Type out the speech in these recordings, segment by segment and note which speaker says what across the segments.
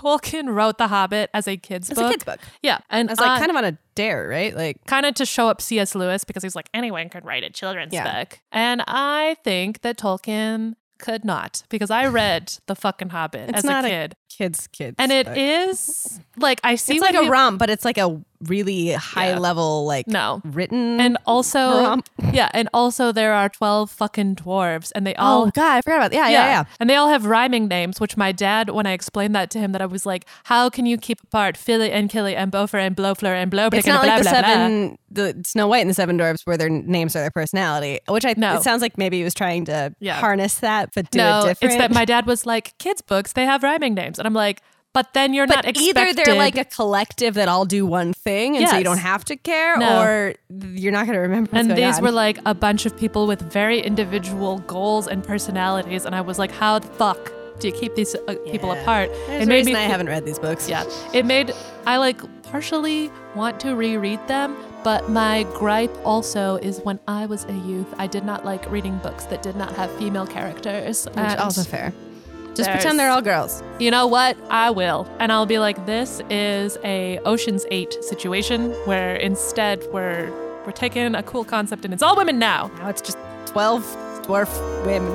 Speaker 1: Tolkien wrote The Hobbit as a kid's
Speaker 2: It's
Speaker 1: book.
Speaker 2: a kid's book.
Speaker 1: Yeah, and
Speaker 2: I was like
Speaker 1: uh,
Speaker 2: kind of on a dare, right? Like,
Speaker 1: kind of to show up C.S. Lewis because he's like anyone could write a children's
Speaker 2: Yeah.
Speaker 1: book, and I think that Tolkien could not because I read The fucking Hobbit
Speaker 2: It's
Speaker 1: as
Speaker 2: not
Speaker 1: a
Speaker 2: a
Speaker 1: kid,
Speaker 2: kids, kids.
Speaker 1: and it
Speaker 2: book.
Speaker 1: is like I see
Speaker 2: It's
Speaker 1: what
Speaker 2: like a
Speaker 1: you- e-,
Speaker 2: romp, but it's like a really high
Speaker 1: Yeah.
Speaker 2: level, like
Speaker 1: no.
Speaker 2: written.
Speaker 1: And also,
Speaker 2: romp.
Speaker 1: yeah, and also there are 12 fucking dwarves and they all
Speaker 2: oh, God, I forgot about that. Yeah, yeah, yeah.
Speaker 1: And they all have rhyming names, which my dad, when I explained that to him, that I was like, how can you keep apart Philly and Killy and Beaufort and Blowfleur and Blowbrick
Speaker 2: It's
Speaker 1: and
Speaker 2: not
Speaker 1: blah,
Speaker 2: like the
Speaker 1: blah, blah?
Speaker 2: seven, the Snow White and the Seven Dwarfs, where their names are their personality. Which I
Speaker 1: No.
Speaker 2: it sounds like maybe he was trying to
Speaker 1: Yeah.
Speaker 2: harness that, but do
Speaker 1: no,
Speaker 2: it different.
Speaker 1: it's that my dad was like, kids' books, they have rhyming names. And I'm like, but then you're
Speaker 2: but
Speaker 1: not expected.
Speaker 2: either they're like a collective that all do one thing, and so you
Speaker 1: Yes.
Speaker 2: don't have to care,
Speaker 1: No.
Speaker 2: or you're not going to remember. What's
Speaker 1: and
Speaker 2: going
Speaker 1: these
Speaker 2: on.
Speaker 1: were like a bunch of people with very individual goals and personalities. And I was like, how the fuck do you keep these uh, people
Speaker 2: Yeah.
Speaker 1: apart? it
Speaker 2: There's a
Speaker 1: made
Speaker 2: reason
Speaker 1: me
Speaker 2: I
Speaker 1: thi-
Speaker 2: haven't read these books.
Speaker 1: Yeah. It made I like partially want to reread them, but my gripe also is when I was a youth, I did not like reading books that did not have female characters.
Speaker 2: which
Speaker 1: And
Speaker 2: also fair. Just
Speaker 1: there's-
Speaker 2: pretend they're all girls.
Speaker 1: you know what? I will. And I'll be like this is a Ocean's 8 situation where instead we're we're taking a cool concept and it's all women now.
Speaker 2: Now Oh, it's just twelve dwarf women.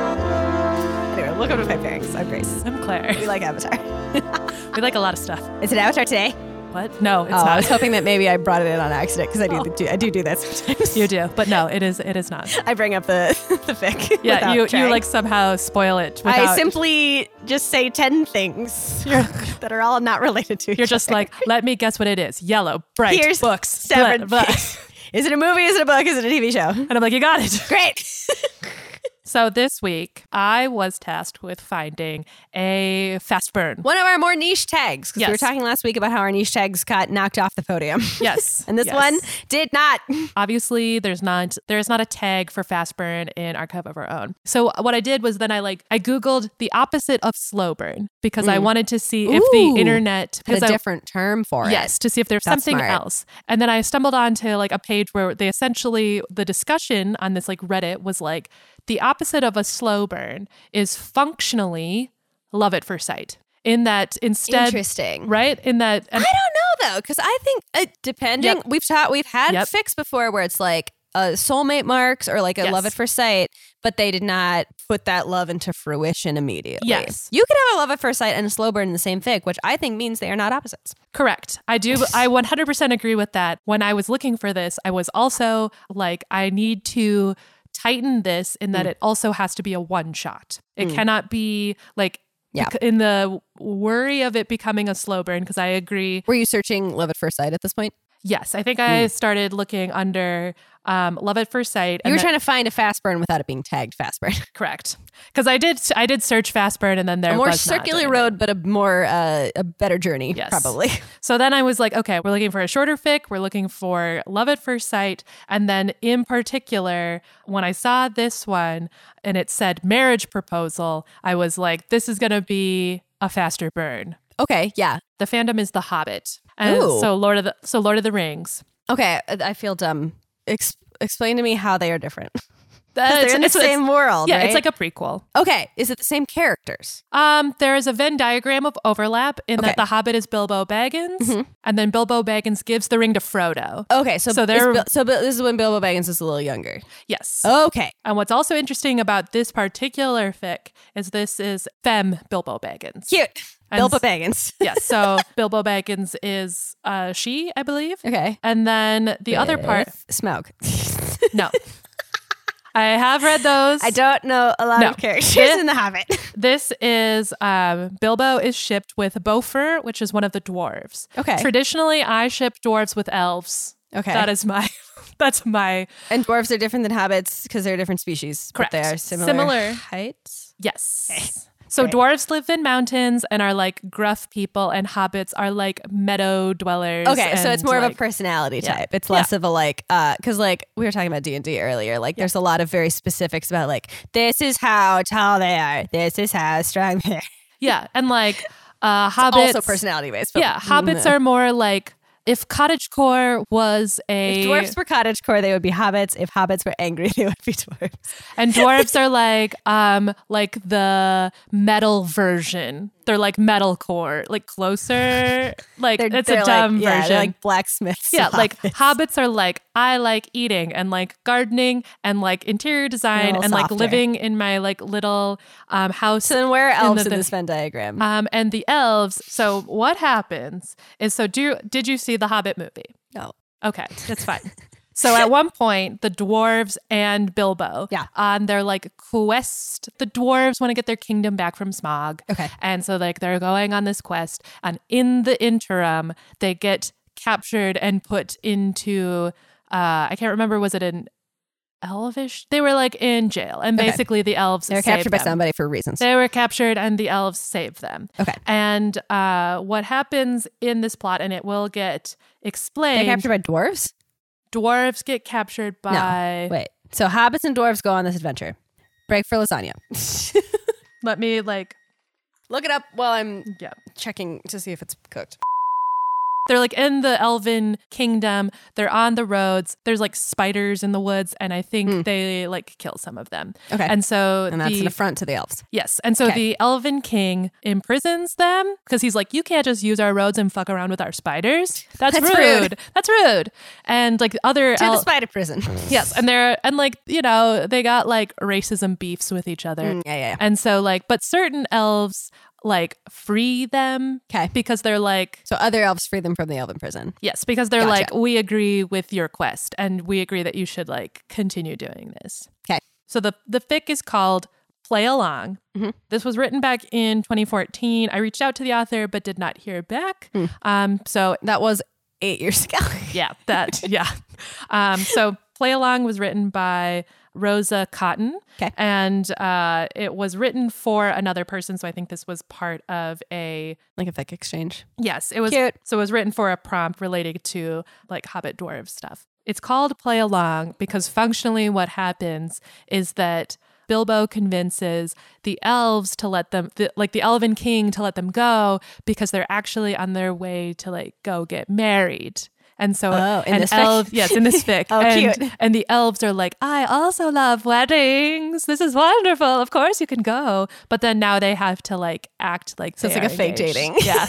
Speaker 2: Anyway, welcome to my parents. I'm Grace.
Speaker 1: I'm Claire.
Speaker 2: We like Avatar.
Speaker 1: We like a lot of stuff.
Speaker 2: Is it Avatar today?
Speaker 1: What? No, it's
Speaker 2: oh, I was
Speaker 1: not. Oh.
Speaker 2: hoping that maybe I brought it in on accident because I do do I do do that sometimes.
Speaker 1: you do. But no, it is it is not.
Speaker 2: I bring up the the fic.
Speaker 1: Yeah,
Speaker 2: without
Speaker 1: you, you
Speaker 2: trying.
Speaker 1: like somehow spoil it. Without,
Speaker 2: I simply just say ten things that are all not related to.
Speaker 1: You're
Speaker 2: each
Speaker 1: just
Speaker 2: other.
Speaker 1: like, let me guess what it is. Yellow, bright,
Speaker 2: here's
Speaker 1: books,
Speaker 2: seven.
Speaker 1: split, blah.
Speaker 2: things. Is it a movie? Is it a book? Is it a TV show?
Speaker 1: And I'm like, you got it.
Speaker 2: Great.
Speaker 1: So this week, I was tasked with finding a fast burn.
Speaker 2: One of our more niche tags because we were
Speaker 1: Yes.
Speaker 2: talking last week about how our niche tags got knocked off the podium.
Speaker 1: Yes.
Speaker 2: and this
Speaker 1: yes.
Speaker 2: one did not.
Speaker 1: Obviously, there's not there is not a tag for fast burn in Archive of Our Own. So what I did was then I like I googled the opposite of slow burn because I wanted to see if
Speaker 2: Mm. Ooh.
Speaker 1: the internet because
Speaker 2: Had a
Speaker 1: I,
Speaker 2: different term for it.
Speaker 1: Yes, to see if there's
Speaker 2: That's
Speaker 1: something
Speaker 2: smart.
Speaker 1: else. And then I stumbled onto like a page where they essentially the discussion on this like Reddit was like the opposite of a slow burn is functionally love at first sight. In that instead,
Speaker 2: Interesting.
Speaker 1: right? In that, and,
Speaker 2: I don't know though, because I think it, depending,
Speaker 1: Yep.
Speaker 2: we've taught we've had
Speaker 1: Yep.
Speaker 2: fix before where it's like a soulmate marks or like a
Speaker 1: Yes.
Speaker 2: love at first sight, but they did not put that love into fruition immediately.
Speaker 1: Yes.
Speaker 2: you could have a love at first sight and a slow burn in the same fic, which I think means they are not opposites.
Speaker 1: correct. I do. I 100% agree with that. When I was looking for this, I was also like, I need to tighten this in
Speaker 2: Mm.
Speaker 1: that it also has to be a one shot. It cannot be like
Speaker 2: Yeah.
Speaker 1: bec- in the worry of it becoming a slow burn because I agree
Speaker 2: Were Mm. you searching love at first sight at this point?
Speaker 1: Yes, I think I started looking under um, Love at First Sight.
Speaker 2: You
Speaker 1: and
Speaker 2: were
Speaker 1: then-
Speaker 2: trying to find a fast burn without it being tagged fast burn,
Speaker 1: correct because I did I did search fast burn and then there
Speaker 2: a more
Speaker 1: was not
Speaker 2: circular
Speaker 1: anything.
Speaker 2: road, but a more uh, a better journey,
Speaker 1: Yes.
Speaker 2: probably.
Speaker 1: So then I was like, okay, we're looking for a shorter fic. We're looking for Love at First Sight, and then in particular, when I saw this one and it said marriage proposal, I was like, this is going to be a faster burn.
Speaker 2: Okay, yeah,
Speaker 1: The fandom is The Hobbit, and
Speaker 2: Ooh.
Speaker 1: so Lord of the so Lord of the Rings.
Speaker 2: okay. I, I feel dumb. Ex- explain to me how they are different. 'Cause
Speaker 1: Uh,
Speaker 2: they're in the
Speaker 1: it's- it's-
Speaker 2: same world.
Speaker 1: yeah,
Speaker 2: right?
Speaker 1: it's like a prequel.
Speaker 2: Okay, is it the same characters?
Speaker 1: Um, there is a Venn diagram of overlap in
Speaker 2: Okay. Mm-hmm.
Speaker 1: that the Hobbit is Bilbo Baggins, and then Bilbo Baggins gives the ring to Frodo.
Speaker 2: Okay, so
Speaker 1: So
Speaker 2: is
Speaker 1: they're-
Speaker 2: Bil- so Bil- this is when Bilbo Baggins is a little younger.
Speaker 1: Yes.
Speaker 2: Okay,
Speaker 1: And what's also interesting about this particular fic is this is femme Bilbo Baggins.
Speaker 2: cute.
Speaker 1: And
Speaker 2: Bilbo
Speaker 1: s-
Speaker 2: Baggins.
Speaker 1: yes. So Bilbo Baggins is uh, she, I believe.
Speaker 2: Okay.
Speaker 1: And then the other part,
Speaker 2: Smaug.
Speaker 1: no. I have read those.
Speaker 2: I don't know a lot
Speaker 1: No.
Speaker 2: of characters
Speaker 1: Yeah.
Speaker 2: in The Hobbit.
Speaker 1: This is um, Bilbo is shipped with Beaufort, which is one of the dwarves.
Speaker 2: Okay.
Speaker 1: Traditionally, I ship dwarves with elves.
Speaker 2: Okay.
Speaker 1: That is my. That's my.
Speaker 2: And dwarves are different than hobbits because they're a different species. But they
Speaker 1: Correct.
Speaker 2: are similar,
Speaker 1: Similar.
Speaker 2: heights.
Speaker 1: Yes. So dwarves live in mountains and are like gruff people, and hobbits are like meadow dwellers.
Speaker 2: Okay, so
Speaker 1: and,
Speaker 2: it's more of a
Speaker 1: like-
Speaker 2: personality
Speaker 1: Yeah.
Speaker 2: type. It's less of a like uh cuz like we were talking about D&D earlier. Like there's a lot of very specifics about like this is how tall they are. This is how strong they are.
Speaker 1: yeah, and like uh, hobbits.
Speaker 2: also personality based.
Speaker 1: Yeah, hobbits are more like If cottagecore was a
Speaker 2: If dwarfs were cottagecore, they would be hobbits. If hobbits were angry, they would be dwarfs.
Speaker 1: and dwarves are like um like the metal version. They're like metalcore, like closer. Like
Speaker 2: They're,
Speaker 1: it's
Speaker 2: they're
Speaker 1: a dumb
Speaker 2: like, Yeah,
Speaker 1: version.
Speaker 2: they're like blacksmiths.
Speaker 1: yeah,
Speaker 2: and
Speaker 1: like
Speaker 2: hobbits.
Speaker 1: hobbits are like I like eating and like gardening and like interior design
Speaker 2: little
Speaker 1: and like
Speaker 2: softer.
Speaker 1: living in my like little um house
Speaker 2: So then where are elves in,
Speaker 1: the-
Speaker 2: this Venn diagram?
Speaker 1: um, and the elves. So what happens is so do did you see the Hobbit movie?
Speaker 2: no.
Speaker 1: Okay, that's fine. so at one point, the dwarves and Bilbo
Speaker 2: Yeah.
Speaker 1: on their like quest. The dwarves want to get their kingdom back from Smog.
Speaker 2: Okay.
Speaker 1: And so like they're going on this quest, and in the interim, they get captured and put into uh I can't remember was it an elvish? They were like in jail, and
Speaker 2: Okay.
Speaker 1: basically the elves
Speaker 2: They're
Speaker 1: saved
Speaker 2: captured by
Speaker 1: them.
Speaker 2: somebody for reasons.
Speaker 1: They were captured, and the elves saved them.
Speaker 2: okay.
Speaker 1: And uh, what happens in this plot, and it will get
Speaker 2: They're
Speaker 1: explained.
Speaker 2: captured by dwarves?
Speaker 1: dwarves get captured by.
Speaker 2: Wait. So hobbits and dwarves go on this adventure. Break for lasagna.
Speaker 1: Let me like.
Speaker 2: Look it up while I'm
Speaker 1: Yeah,
Speaker 2: checking to see if it's cooked.
Speaker 1: they're like in the elven kingdom. They're on the roads. There's like spiders in the woods, and I think they like kill some of them.
Speaker 2: Hmm. Okay.
Speaker 1: and so
Speaker 2: And that's
Speaker 1: the-
Speaker 2: an affront to the elves.
Speaker 1: Yes. And so
Speaker 2: Okay.
Speaker 1: the Elven King imprisons them because he's like, you can't just use our roads and fuck around with our spiders. That's,
Speaker 2: That's
Speaker 1: rude.
Speaker 2: rude.
Speaker 1: That's rude. And like the other
Speaker 2: To
Speaker 1: el-
Speaker 2: the spider prison.
Speaker 1: Yes, and they're and like you know they got like racism beefs with each other,
Speaker 2: Mm, yeah, yeah, yeah.
Speaker 1: and so like but certain elves like free them
Speaker 2: 'Kay.
Speaker 1: because they're like
Speaker 2: So other elves free them from the elven prison.
Speaker 1: yes because they're like
Speaker 2: Gotcha.
Speaker 1: we agree with your quest and we agree that you should like continue doing this.
Speaker 2: 'Kay.
Speaker 1: So the the fic is called Play Along. This was written back in 2014. I reached out to the author but did not hear back. Um, so
Speaker 2: That was eight years ago.
Speaker 1: yeah, that yeah. Um, so play along was written by Rosa Cotton,
Speaker 2: 'Kay.
Speaker 1: and uh, it was written for another person. So I think this was part of a
Speaker 2: like a fic exchange.
Speaker 1: yes, it was.
Speaker 2: Cute.
Speaker 1: So it was written for a prompt related to like Hobbit dwarf stuff. It's called play along because functionally what happens is that. Bilbo convinces the elves to let them, the, like the elven king, to let them go because they're actually on their way to like go get married. And so,
Speaker 2: Oh, in
Speaker 1: an
Speaker 2: this fic?
Speaker 1: elf, yes, in this fic.
Speaker 2: Oh,
Speaker 1: and,
Speaker 2: cute.
Speaker 1: and the elves are like, I also love weddings. This is wonderful. Of course you can go. But then now they have to like act like
Speaker 2: So it's
Speaker 1: they
Speaker 2: like
Speaker 1: are
Speaker 2: a fake
Speaker 1: engaged.
Speaker 2: dating.
Speaker 1: Yeah.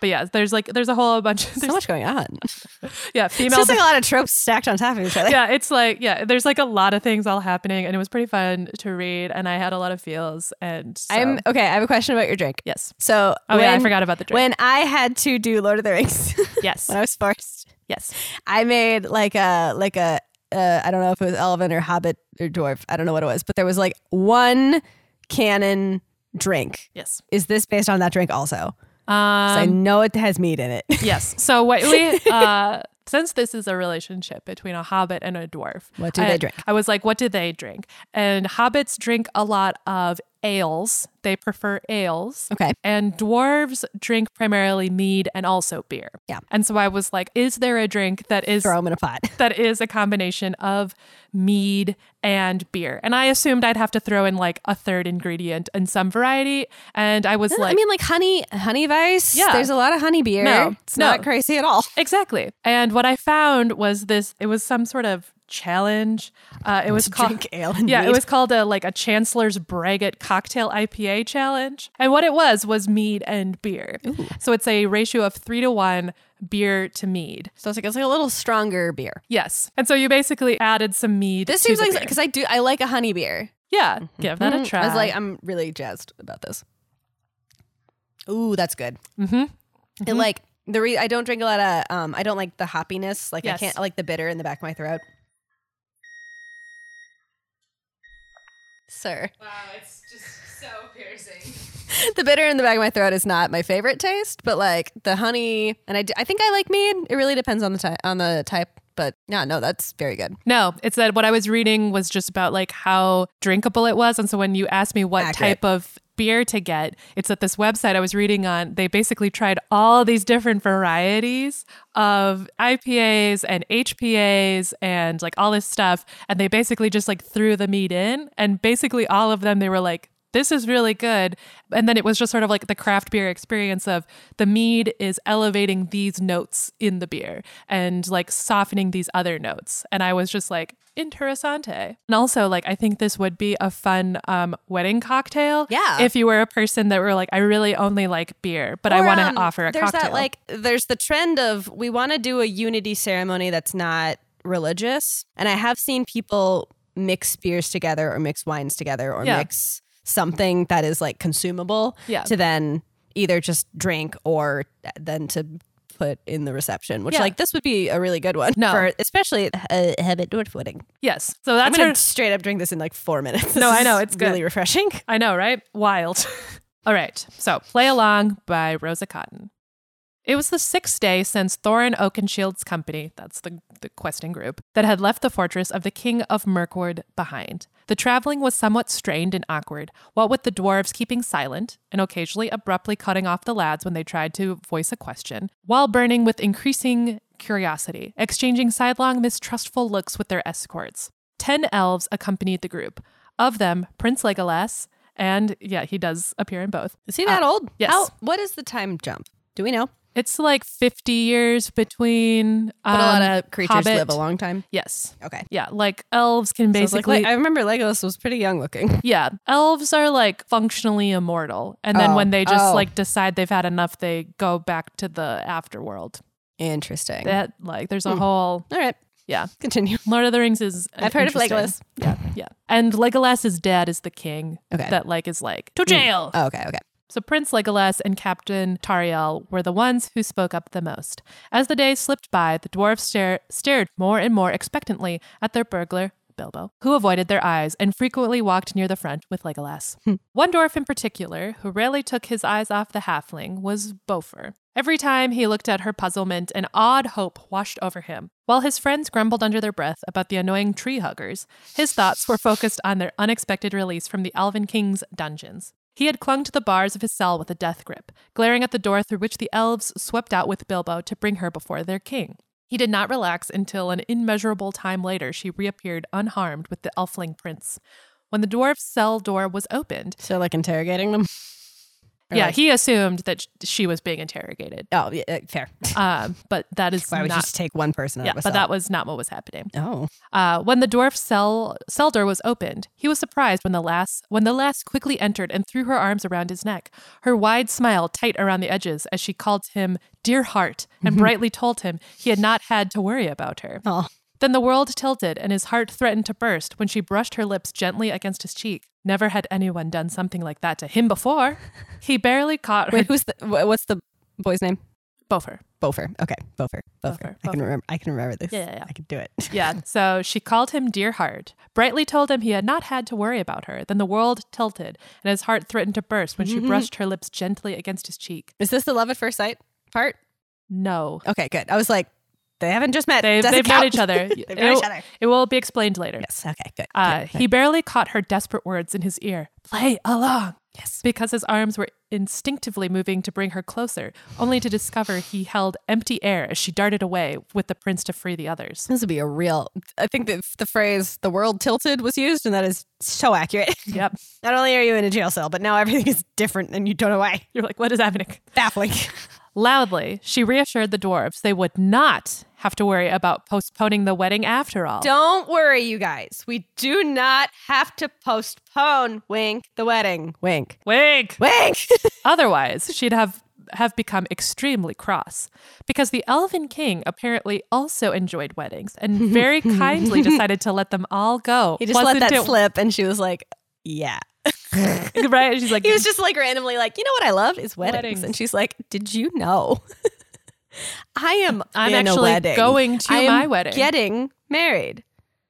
Speaker 1: but yeah, there's like there's a whole bunch of
Speaker 2: So
Speaker 1: there's-
Speaker 2: much going on. It's
Speaker 1: yeah female.
Speaker 2: just like a lot of tropes stacked on top of each other.
Speaker 1: yeah, it's like yeah, there's like a lot of things all happening, and it was pretty fun to read, and I had a lot of feels, and so-
Speaker 2: I'm okay. I have a question about your drink.
Speaker 1: yes.
Speaker 2: So
Speaker 1: Oh yeah, I
Speaker 2: when-
Speaker 1: forgot about the drink.
Speaker 2: When I had to do Lord of the Rings,
Speaker 1: yes,
Speaker 2: when I was forced,
Speaker 1: yes.
Speaker 2: I made like a like a uh, I don't know if it was elven or hobbit or dwarf. I don't know what it was, but there was like one canon drink.
Speaker 1: Yes.
Speaker 2: Is this based on that drink also?
Speaker 1: Um,
Speaker 2: 'Cause I know it has meat in it.
Speaker 1: Yes. So what we uh since this is a relationship between a hobbit and a dwarf.
Speaker 2: What do
Speaker 1: I-
Speaker 2: they drink?
Speaker 1: I was like, what do they drink? And hobbits drink a lot of ales. They prefer ales.
Speaker 2: okay.
Speaker 1: And dwarves drink primarily mead and also beer.
Speaker 2: Yeah.
Speaker 1: And so I was like, is there a drink that is
Speaker 2: Throw them in a pot.
Speaker 1: that is a combination of mead and beer? And I assumed I'd have to throw in like a third ingredient in some variety. And I was like
Speaker 2: I mean, like honey, honey vice.
Speaker 1: Yeah.
Speaker 2: There's a lot of honey beer.
Speaker 1: No,
Speaker 2: it's
Speaker 1: no.
Speaker 2: not crazy at all.
Speaker 1: Exactly. And what I found was this it was some sort of challenge. Uh, it was called
Speaker 2: drink ale and
Speaker 1: Yeah, it
Speaker 2: mead.
Speaker 1: was called a like a Chancellor's Braggot cocktail IPA challenge. And what it was was mead and beer. So it's a ratio of 3 to 1 beer to mead.
Speaker 2: So it's like it's like a little stronger beer.
Speaker 1: Yes. And so you basically added some mead.
Speaker 2: This
Speaker 1: to
Speaker 2: seems
Speaker 1: the
Speaker 2: like
Speaker 1: beer.
Speaker 2: because I do I like a honey beer.
Speaker 1: Yeah, give that a try.
Speaker 2: Mm-hmm. I was like, I'm really jazzed about this. Ooh, that's good. Mm-hmm. And like the re- I don't drink a lot of um I don't like the hoppiness. Like
Speaker 1: Yes.
Speaker 2: I can't I like the bitter in the back of my throat. Sir.
Speaker 1: wow, it's just so piercing.
Speaker 2: The bitter in the back of my throat is not my favorite taste, but like the honey and I, d- I think I like mead. It really depends on the type on the type, but yeah, no, that's very good.
Speaker 1: No, it's that what I was reading was just about like how drinkable it was. And so when you asked me what
Speaker 2: Accurate.
Speaker 1: type of beer to get, it's at this website I was reading on. They basically tried all these different varieties of IPAs and HPAs and like all this stuff. And they basically just like threw the meat in. And basically all of them, they were like, this is really good. And then it was just sort of like the craft beer experience of the mead is elevating these notes in the beer and like softening these other notes. And I was just like, interessante. And also, like, I think this would be a fun um, wedding cocktail.
Speaker 2: Yeah.
Speaker 1: If you were a person that were like, I really only like beer, but I
Speaker 2: Or,
Speaker 1: want to
Speaker 2: um,
Speaker 1: offer a
Speaker 2: there's
Speaker 1: cocktail.
Speaker 2: that like there's the trend of we want to do a unity ceremony that's not religious, and I have seen people mix beers together or mix wines together or
Speaker 1: Yeah.
Speaker 2: mix something that is like consumable
Speaker 1: Yeah.
Speaker 2: to then either just drink or then to put in the reception which
Speaker 1: Yeah.
Speaker 2: like this would be a really good one
Speaker 1: No.
Speaker 2: for especially a habit dwarf wedding
Speaker 1: yes. So
Speaker 2: i'm
Speaker 1: that's
Speaker 2: gonna
Speaker 1: her-
Speaker 2: straight up drink this in like four minutes
Speaker 1: No,
Speaker 2: This
Speaker 1: I know,
Speaker 2: is
Speaker 1: it's good.
Speaker 2: really refreshing
Speaker 1: I know, right? Wild. All right. So, Play Along by Rosa Cotton. It was the sixth day since Thorin Oakenshield's company, that's the, the questing group, that had left the fortress of the King of Mirkwood behind. The traveling was somewhat strained and awkward, what with the dwarves keeping silent and occasionally abruptly cutting off the lads when they tried to voice a question, while burning with increasing curiosity, exchanging sidelong, mistrustful looks with their escorts. Ten elves accompanied the group. Of them, Prince Legolas, and yeah, he does appear in both.
Speaker 2: is he that old
Speaker 1: yes.
Speaker 2: Uh, How- what is the time jump do we know
Speaker 1: It's like 50 years between. Um,
Speaker 2: But a lot of creatures
Speaker 1: Hobbit-
Speaker 2: live a long time.
Speaker 1: Yes.
Speaker 2: Okay.
Speaker 1: Yeah. Like elves can
Speaker 2: So it's like,
Speaker 1: basically.
Speaker 2: I remember Legolas was pretty young looking.
Speaker 1: yeah. Elves are like functionally immortal. And then
Speaker 2: Oh,
Speaker 1: when they just
Speaker 2: oh.
Speaker 1: like decide they've had enough, they go back to the afterworld.
Speaker 2: Interesting.
Speaker 1: That, like, there's
Speaker 2: Hmm.
Speaker 1: a whole.
Speaker 2: All right.
Speaker 1: Yeah.
Speaker 2: Continue.
Speaker 1: Lord of the Rings is. an
Speaker 2: I've heard of
Speaker 1: interesting-
Speaker 2: Legolas.
Speaker 1: Yeah. Yeah. And Legolas's dad is the king.
Speaker 2: Okay.
Speaker 1: That, like, is like, to jail.
Speaker 2: Oh, okay. Okay.
Speaker 1: So Prince Legolas and Captain Tariel were the ones who spoke up the most. As the days slipped by, the dwarves stare- stared more and more expectantly at their burglar, Bilbo, who avoided their eyes and frequently walked near the front with Legolas. One dwarf in particular, who rarely took his eyes off the halfling, was Beaufort. Every time he looked at her puzzlement, an odd hope washed over him. While his friends grumbled under their breath about the annoying tree huggers, his thoughts were focused on their unexpected release from the Elven King's dungeons. He had clung to the bars of his cell with a death grip, glaring at the door through which the elves swept out with Bilbo to bring her before their king. He did not relax until an immeasurable time later she reappeared unharmed with the elfling prince. When the dwarf's cell door was opened,
Speaker 2: So like interrogating them. Or
Speaker 1: yeah,
Speaker 2: like-
Speaker 1: he assumed that sh- she was being interrogated.
Speaker 2: oh, yeah, uh, fair.
Speaker 1: Um, but that is
Speaker 2: Why would you
Speaker 1: not.
Speaker 2: just take one person out
Speaker 1: Yeah,
Speaker 2: of
Speaker 1: but
Speaker 2: a cell?
Speaker 1: that was not what was happening.
Speaker 2: oh,
Speaker 1: Uh, when the dwarf's cell, cell door was opened, he was surprised when the lass when the lass quickly entered and threw her arms around his neck, her wide smile tight around the edges as she called him dear heart and brightly told him he had not had to worry about her.
Speaker 2: oh,
Speaker 1: Then the world tilted and his heart threatened to burst when she brushed her lips gently against his cheek. Never had anyone done something like that to him before. He barely caught her.
Speaker 2: wait, who's the? wh- What's the boy's name?
Speaker 1: Beaufort.
Speaker 2: Bofer. Okay, Bofer. Bofer.
Speaker 1: Beaufort,
Speaker 2: I can remember. I can remember this.
Speaker 1: Yeah, yeah, yeah.
Speaker 2: I can do it.
Speaker 1: Yeah. So she called him Dear Heart, brightly told him he had not had to worry about her. Then the world tilted, and his heart threatened to burst when she
Speaker 2: Mm-hmm.
Speaker 1: brushed her lips gently against his cheek.
Speaker 2: Is this the love at first sight part?
Speaker 1: No.
Speaker 2: Okay, good. I was like, they haven't just met.
Speaker 1: They,
Speaker 2: Doesn't
Speaker 1: they've met
Speaker 2: count.
Speaker 1: each other.
Speaker 2: they've met each
Speaker 1: It-
Speaker 2: other.
Speaker 1: It will be explained later.
Speaker 2: Yes. Okay. Good.
Speaker 1: Uh,
Speaker 2: good,
Speaker 1: he barely caught her desperate words in his ear. Play along.
Speaker 2: Yes.
Speaker 1: Because his arms were instinctively moving to bring her closer, only to discover he held empty air as she darted away with the prince to free the others.
Speaker 2: This would be a real. I think that the phrase "the world tilted" was used, and that is so accurate.
Speaker 1: Yep.
Speaker 2: Not only are you in a jail cell, but now everything is different, and you don't know why.
Speaker 1: You're like, what is happening?
Speaker 2: Baffling.
Speaker 1: Loudly, she reassured the dwarves they would not have to worry about postponing the wedding after all.
Speaker 2: Don't worry, you guys. We do not have to postpone. Wink. The wedding. Wink.
Speaker 1: Wink!
Speaker 2: Wink.
Speaker 1: Otherwise, she'd have have become extremely cross because the elven king apparently also enjoyed weddings and very kindly decided to let them all go.
Speaker 2: He just let that
Speaker 1: it-
Speaker 2: slip, and she was like, "Yeah."
Speaker 1: right? She's like,
Speaker 2: He was just like randomly like, "You know what I love is weddings,",
Speaker 1: Weddings.
Speaker 2: and she's like, "Did you know?" I am.
Speaker 1: I'm
Speaker 2: in a
Speaker 1: actually
Speaker 2: wedding.
Speaker 1: going to
Speaker 2: I am
Speaker 1: my wedding.
Speaker 2: Getting married.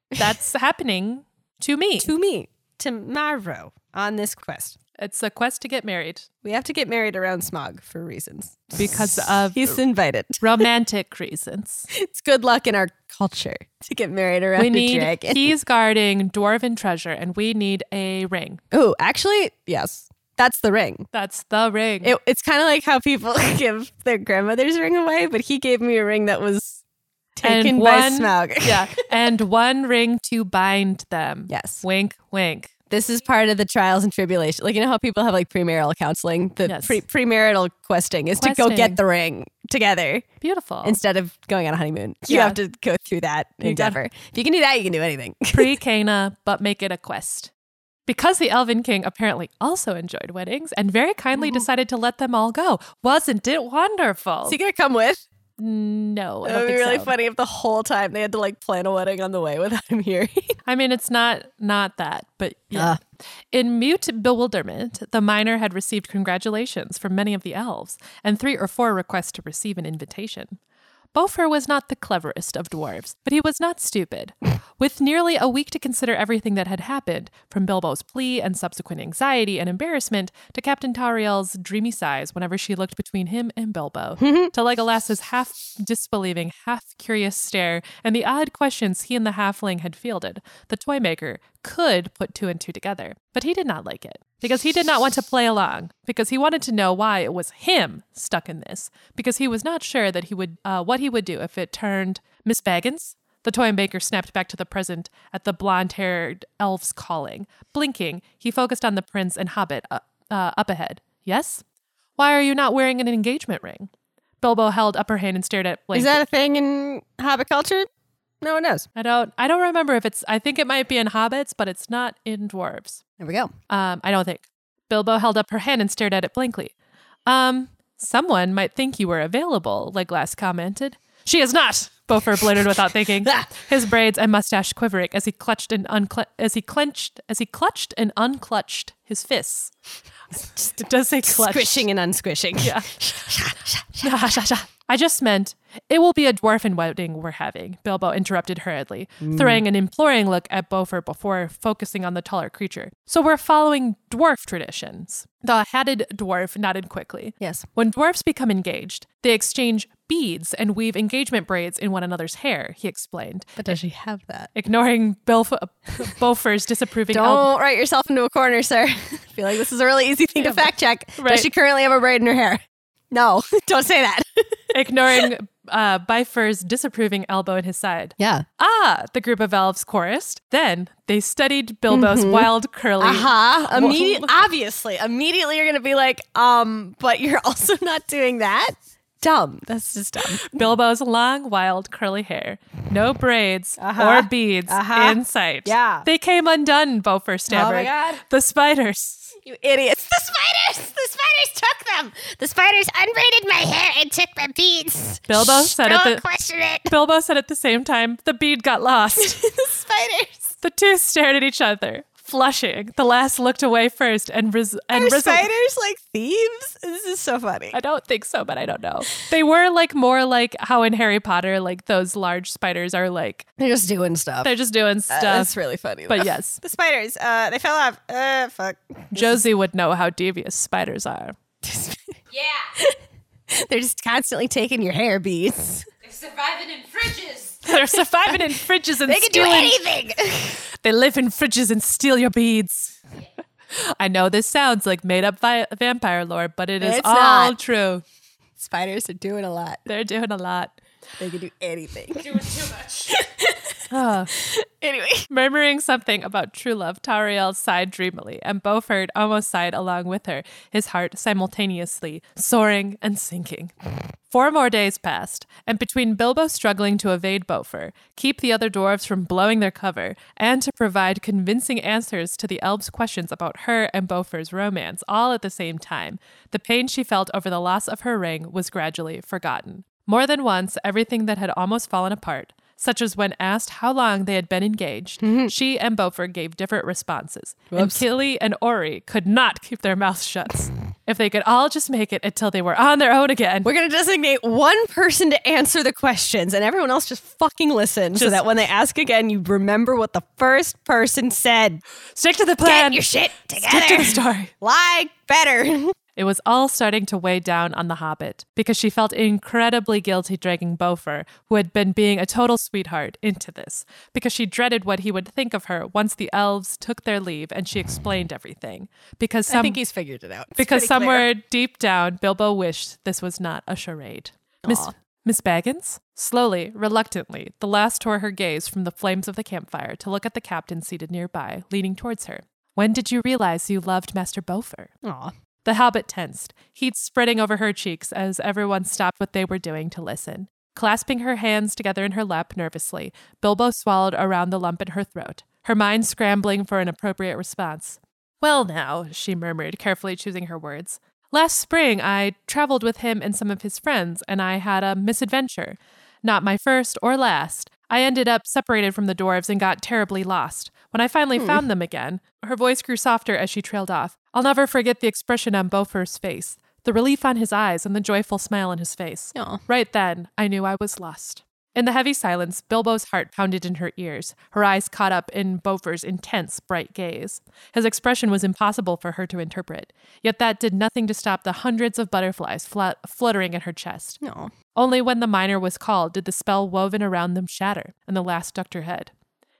Speaker 1: that's happening to me.
Speaker 2: to me tomorrow on this quest.
Speaker 1: it's a quest to get married
Speaker 2: We have to get married around Smog for reasons.
Speaker 1: because of
Speaker 2: He's invited.
Speaker 1: romantic reasons.
Speaker 2: It's good luck in our culture to get married around
Speaker 1: We
Speaker 2: a
Speaker 1: need
Speaker 2: dragon.
Speaker 1: he's guarding dwarven treasure and we need a ring.
Speaker 2: oh, actually, yes. That's the ring.
Speaker 1: That's the ring.
Speaker 2: It, it's kind of like how people give their grandmother's ring away, but he gave me a ring that was
Speaker 1: And
Speaker 2: taken by
Speaker 1: one-
Speaker 2: Smaug.
Speaker 1: yeah. And one ring to bind them.
Speaker 2: Yes.
Speaker 1: Wink, wink.
Speaker 2: this is part of the trials and tribulation. Like you know how people have like premarital counseling. The
Speaker 1: Yes.
Speaker 2: pre- premarital questing is to go
Speaker 1: Questing.
Speaker 2: get the ring together
Speaker 1: Beautiful.
Speaker 2: instead of going on a honeymoon. You
Speaker 1: Yeah.
Speaker 2: have to go through that
Speaker 1: You gotta-
Speaker 2: endeavor. if you can do that, you can do anything.
Speaker 1: Pre Cana, but make it a quest. Because the Elven King apparently also enjoyed weddings and very kindly
Speaker 2: Mm-hmm.
Speaker 1: decided to let them all go. Wasn't it wonderful?
Speaker 2: Is he gonna come with?
Speaker 1: no, I
Speaker 2: It
Speaker 1: don't
Speaker 2: would be
Speaker 1: think
Speaker 2: really
Speaker 1: so.
Speaker 2: funny if the whole time they had to like plan a wedding on the way without him hearing.
Speaker 1: I mean, it's not not that, but yeah.
Speaker 2: Ah.
Speaker 1: In mute bewilderment, the miner had received congratulations from many of the elves and three or four requests to receive an invitation. Beaufort was not the cleverest of dwarves, but he was not stupid. With nearly a week to consider everything that had happened, from Bilbo's plea and subsequent anxiety and embarrassment to Captain Tariel's dreamy sighs whenever she looked between him and Bilbo, to Legolas's half disbelieving, half curious stare, and the odd questions he and the halfling had fielded, the toy maker could put two and two together. But he did not like it because he did not want to play along because he wanted to know why it was him stuck in this because he was not sure that he would uh, what he would do if it turned miss baggins the toy maker snapped back to the present at the blonde-haired elf's calling blinking he focused on the prince and hobbit uh, uh, up ahead yes why are you not wearing an engagement ring bilbo held up her hand and stared at blake
Speaker 2: Is that a thing in Hobbit culture? No one knows.
Speaker 1: i don't i don't remember if it's i think it might be in hobbits but it's not in dwarves
Speaker 2: There we go.
Speaker 1: Um, I don't think. Bilbo held up her hand and stared at it blankly. Um, someone might think you were available, Leglass commented. She is not, Beaufort blurted without thinking, his braids and mustache quivering as he clutched and uncle- as he clenched as he clutched and unclutched his fists. It does say clutched.
Speaker 2: Squishing and unsquishing. Yeah.
Speaker 1: Ah, I just meant it will be a dwarven wedding we're having, Bilbo interrupted hurriedly, throwing an imploring look at Beaufort before focusing on the taller creature. So we're following dwarf traditions. The hatted dwarf nodded quickly.
Speaker 2: Yes.
Speaker 1: When dwarfs become engaged, they exchange beads and weave engagement braids in one another's hair, he explained,
Speaker 2: But does she have that?
Speaker 1: ignoring Bilf- Beaufort's disapproving
Speaker 2: Don't
Speaker 1: elbow.
Speaker 2: write yourself into a corner, sir. I feel like this is a really easy thing to fact check.
Speaker 1: Right.
Speaker 2: Does she currently have a braid in her hair? No, don't say that.
Speaker 1: ignoring uh, Byfur's disapproving elbow in his side.
Speaker 2: Yeah.
Speaker 1: Ah, the group of elves chorused. Then they studied Bilbo's wild curly.
Speaker 2: Mm-hmm. Aha. uh Immediate, obviously, immediately you're going to be like, um, but you're also not doing that. Dumb. That's just dumb.
Speaker 1: Bilbo's long, wild, curly hair. No braids or beads
Speaker 2: Uh-huh.
Speaker 1: in sight.
Speaker 2: Yeah. Oh
Speaker 1: They came undone, Beaufort stammered.
Speaker 2: God.
Speaker 1: The spiders.
Speaker 2: You idiots.
Speaker 3: The spiders! The spiders took them! The spiders unbraided my hair and took my beads.
Speaker 1: Bilbo said at
Speaker 3: Don't
Speaker 1: the
Speaker 3: question it.
Speaker 1: Bilbo said at the same time, the bead got lost.
Speaker 3: The spiders.
Speaker 1: the two stared at each other, flushing. The last looked away first and res- and
Speaker 2: Are
Speaker 1: res-
Speaker 2: spiders like thieves? This is so funny.
Speaker 1: I don't think so, but I don't know. They were like more like how in Harry Potter, like those large spiders are like
Speaker 2: They're just doing stuff.
Speaker 1: they're just doing stuff.
Speaker 2: That's really funny.
Speaker 1: but
Speaker 2: though.
Speaker 1: yes,
Speaker 2: The spiders, uh, they fell off. Uh, fuck.
Speaker 1: Josie would know how devious spiders are.
Speaker 4: Yeah,
Speaker 2: They're just constantly taking your hair beads.
Speaker 4: they're surviving in fridges.
Speaker 1: They're surviving in fridges and
Speaker 2: They can do
Speaker 1: stealing-
Speaker 2: anything.
Speaker 1: They live in fridges and steal your beads. I know this sounds like made up vi- vampire lore, but it is
Speaker 2: It's
Speaker 1: all
Speaker 2: not.
Speaker 1: true.
Speaker 2: Spiders are doing a lot.
Speaker 1: They're doing a lot.
Speaker 2: They can do anything.
Speaker 4: Doing too much.
Speaker 2: Ah. Anyway,
Speaker 1: Murmuring something about true love, Tariel sighed dreamily, and Beaufort almost sighed along with her, his heart simultaneously soaring and sinking. Four more days passed, and between Bilbo struggling to evade Beaufort, keep the other dwarves from blowing their cover, and to provide convincing answers to the elves' questions about her and Beaufort's romance all at the same time, the pain she felt over the loss of her ring was gradually forgotten. More than once, everything that had almost fallen apart, such as when asked how long they had been engaged, she and Beaufort gave different responses. And Killy and Ori could not keep their mouths shut. If they could all just make it until they were on their own again.
Speaker 2: we're gonna designate one person to answer the questions, and everyone else just fucking listen, so
Speaker 1: Just-
Speaker 2: that when they ask again, you remember what the first person said.
Speaker 1: Stick to the plan.
Speaker 3: Get your shit
Speaker 1: Stick to
Speaker 3: together.
Speaker 1: the story.
Speaker 2: Lie better.
Speaker 1: It was all starting to weigh down on the Hobbit because she felt incredibly guilty dragging Beaufort, who had been being a total sweetheart, into this, because she dreaded what he would think of her once the elves took their leave and she explained everything. Because some
Speaker 2: he's figured it out. It's
Speaker 1: because
Speaker 2: pretty clear.
Speaker 1: somewhere deep down, Bilbo wished this was not a charade. Miss, Miss Baggins? Slowly, reluctantly, the lass tore her gaze from the flames of the campfire to look at the captain seated nearby, leaning towards her. When did you realize you loved Master Beaufort?
Speaker 2: Aw.
Speaker 1: The hobbit tensed, heat spreading over her cheeks as everyone stopped what they were doing to listen. Clasping her hands together in her lap nervously, Bilbo swallowed around the lump in her throat, her mind scrambling for an appropriate response. Well, now, she murmured, carefully choosing her words. Last spring, I traveled with him and some of his friends, and I had a misadventure. Not my first or last. I ended up separated from the dwarves and got terribly lost. When I finally found them again, her voice grew softer as she trailed off. I'll never forget the expression on Beaufort's face, the relief on his eyes, and the joyful smile on his face.
Speaker 2: Aw.
Speaker 1: Right then, I knew I was lost. In the heavy silence, Bilbo's heart pounded in her ears, her eyes caught up in Beaufort's intense, bright gaze. His expression was impossible for her to interpret, yet that did nothing to stop the hundreds of butterflies fla- fluttering in her chest.
Speaker 2: No.
Speaker 1: Only when the miner was called did the spell woven around them shatter, and the last ducked her head.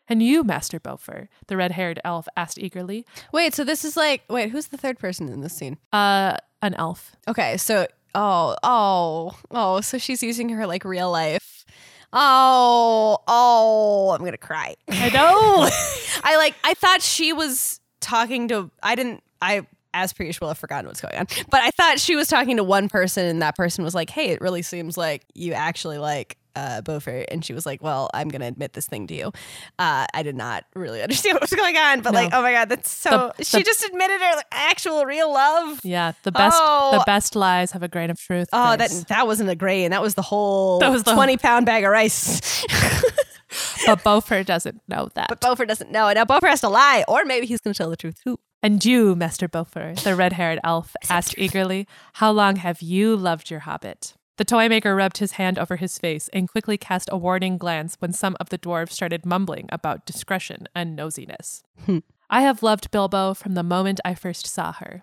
Speaker 1: And you, Master Beaufort, the red haired elf asked eagerly.
Speaker 2: Wait, so this is like wait, who's the third person in this scene?
Speaker 1: Uh, an elf.
Speaker 2: Okay, so oh, oh, oh, so she's using her like real life. Oh, oh, I'm gonna cry.
Speaker 1: I know!
Speaker 2: I like I thought she was talking to I didn't I as per usual have forgotten what's going on. But I thought she was talking to one person and that person was like, Hey, it really seems like you actually like uh Beaufort and she was like, Well, I'm gonna admit this thing to you. Uh I did not really understand what was going on, but like, oh my god, that's so
Speaker 1: The-
Speaker 2: she
Speaker 1: the-
Speaker 2: just admitted her like, actual real love.
Speaker 1: yeah, the best the
Speaker 2: Oh.
Speaker 1: best lies have a grain of truth.
Speaker 2: Oh,
Speaker 1: Grace.
Speaker 2: that that wasn't a grain. That was the whole
Speaker 1: That was the-
Speaker 2: twenty pound bag of rice.
Speaker 1: but Beaufort doesn't know that.
Speaker 2: but Beaufort doesn't know. And now Beaufort has to lie, or maybe he's going to tell the truth too.
Speaker 1: And you, Master Beaufort, the red haired elf, asked eagerly, How long have you loved your hobbit? The toy maker rubbed his hand over his face and quickly cast a warning glance when some of the dwarves started mumbling about discretion and nosiness. I have loved Bilbo from the moment I first saw her.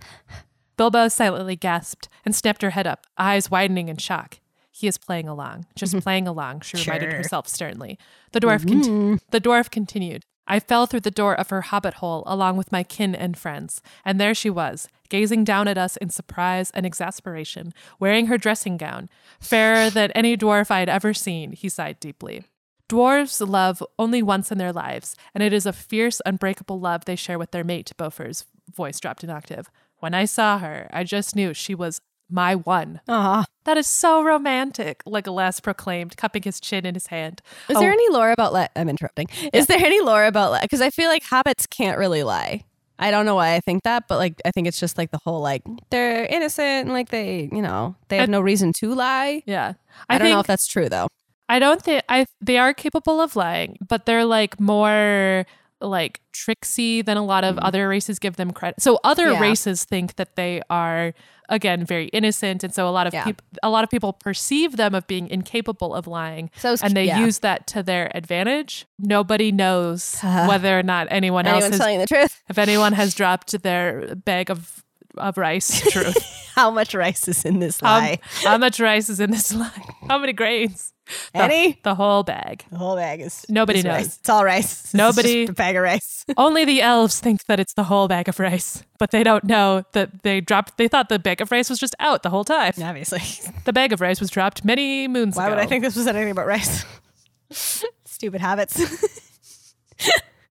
Speaker 1: Bilbo silently gasped and snapped her head up, eyes widening in shock. He is playing along, just playing along, she reminded
Speaker 2: Sure.
Speaker 1: herself sternly. The dwarf, con- the dwarf continued. I fell through the door of her hobbit hole along with my kin and friends, and there she was, gazing down at us in surprise and exasperation, wearing her dressing gown, fairer than any dwarf I had ever seen, he sighed deeply. Dwarves love only once in their lives, and it is a fierce, unbreakable love they share with their mate, Beaufort's voice dropped an octave. When I saw her, I just knew she was my one.
Speaker 2: Aw.
Speaker 1: That is so romantic, Legolas proclaimed, cupping his chin in his hand.
Speaker 2: Is there any lore about li I'm interrupting. Is there any lore about li Because I feel like hobbits can't really lie. I don't know why I think that, but like I think it's just like the whole like they're innocent and like they, you know, they have no reason to lie.
Speaker 1: Yeah.
Speaker 2: I, don't know
Speaker 1: think-
Speaker 2: if that's true though.
Speaker 1: I don't think I they are capable of lying, but they're like more like tricksy than a lot of other races give them credit. So other
Speaker 2: Mm-hmm. Yeah.
Speaker 1: races think that they are again very innocent and so a lot of
Speaker 2: Yeah.
Speaker 1: peop a lot of people perceive them of being incapable of lying
Speaker 2: So it's-
Speaker 1: and they
Speaker 2: yeah.
Speaker 1: use that to their advantage. Nobody knows whether or not anyone else
Speaker 2: Anyone
Speaker 1: has,
Speaker 2: telling the truth?
Speaker 1: if anyone has dropped their bag of of rice truth.
Speaker 2: How much rice is in this
Speaker 1: How,
Speaker 2: lie?
Speaker 1: how much rice is in this line? How many grains? The-
Speaker 2: Any?
Speaker 1: the whole bag.
Speaker 2: the whole bag is
Speaker 1: Nobody
Speaker 2: is
Speaker 1: knows.
Speaker 2: rice. It's all rice. It's
Speaker 1: Nobody-
Speaker 2: just a bag of rice.
Speaker 1: Only the elves think that it's the whole bag of rice, but they don't know that they dropped. They thought the bag of rice was just out the whole time.
Speaker 2: Obviously.
Speaker 1: The bag of rice was dropped many moons
Speaker 2: Why
Speaker 1: ago.
Speaker 2: would I think this was anything but rice? Stupid habits.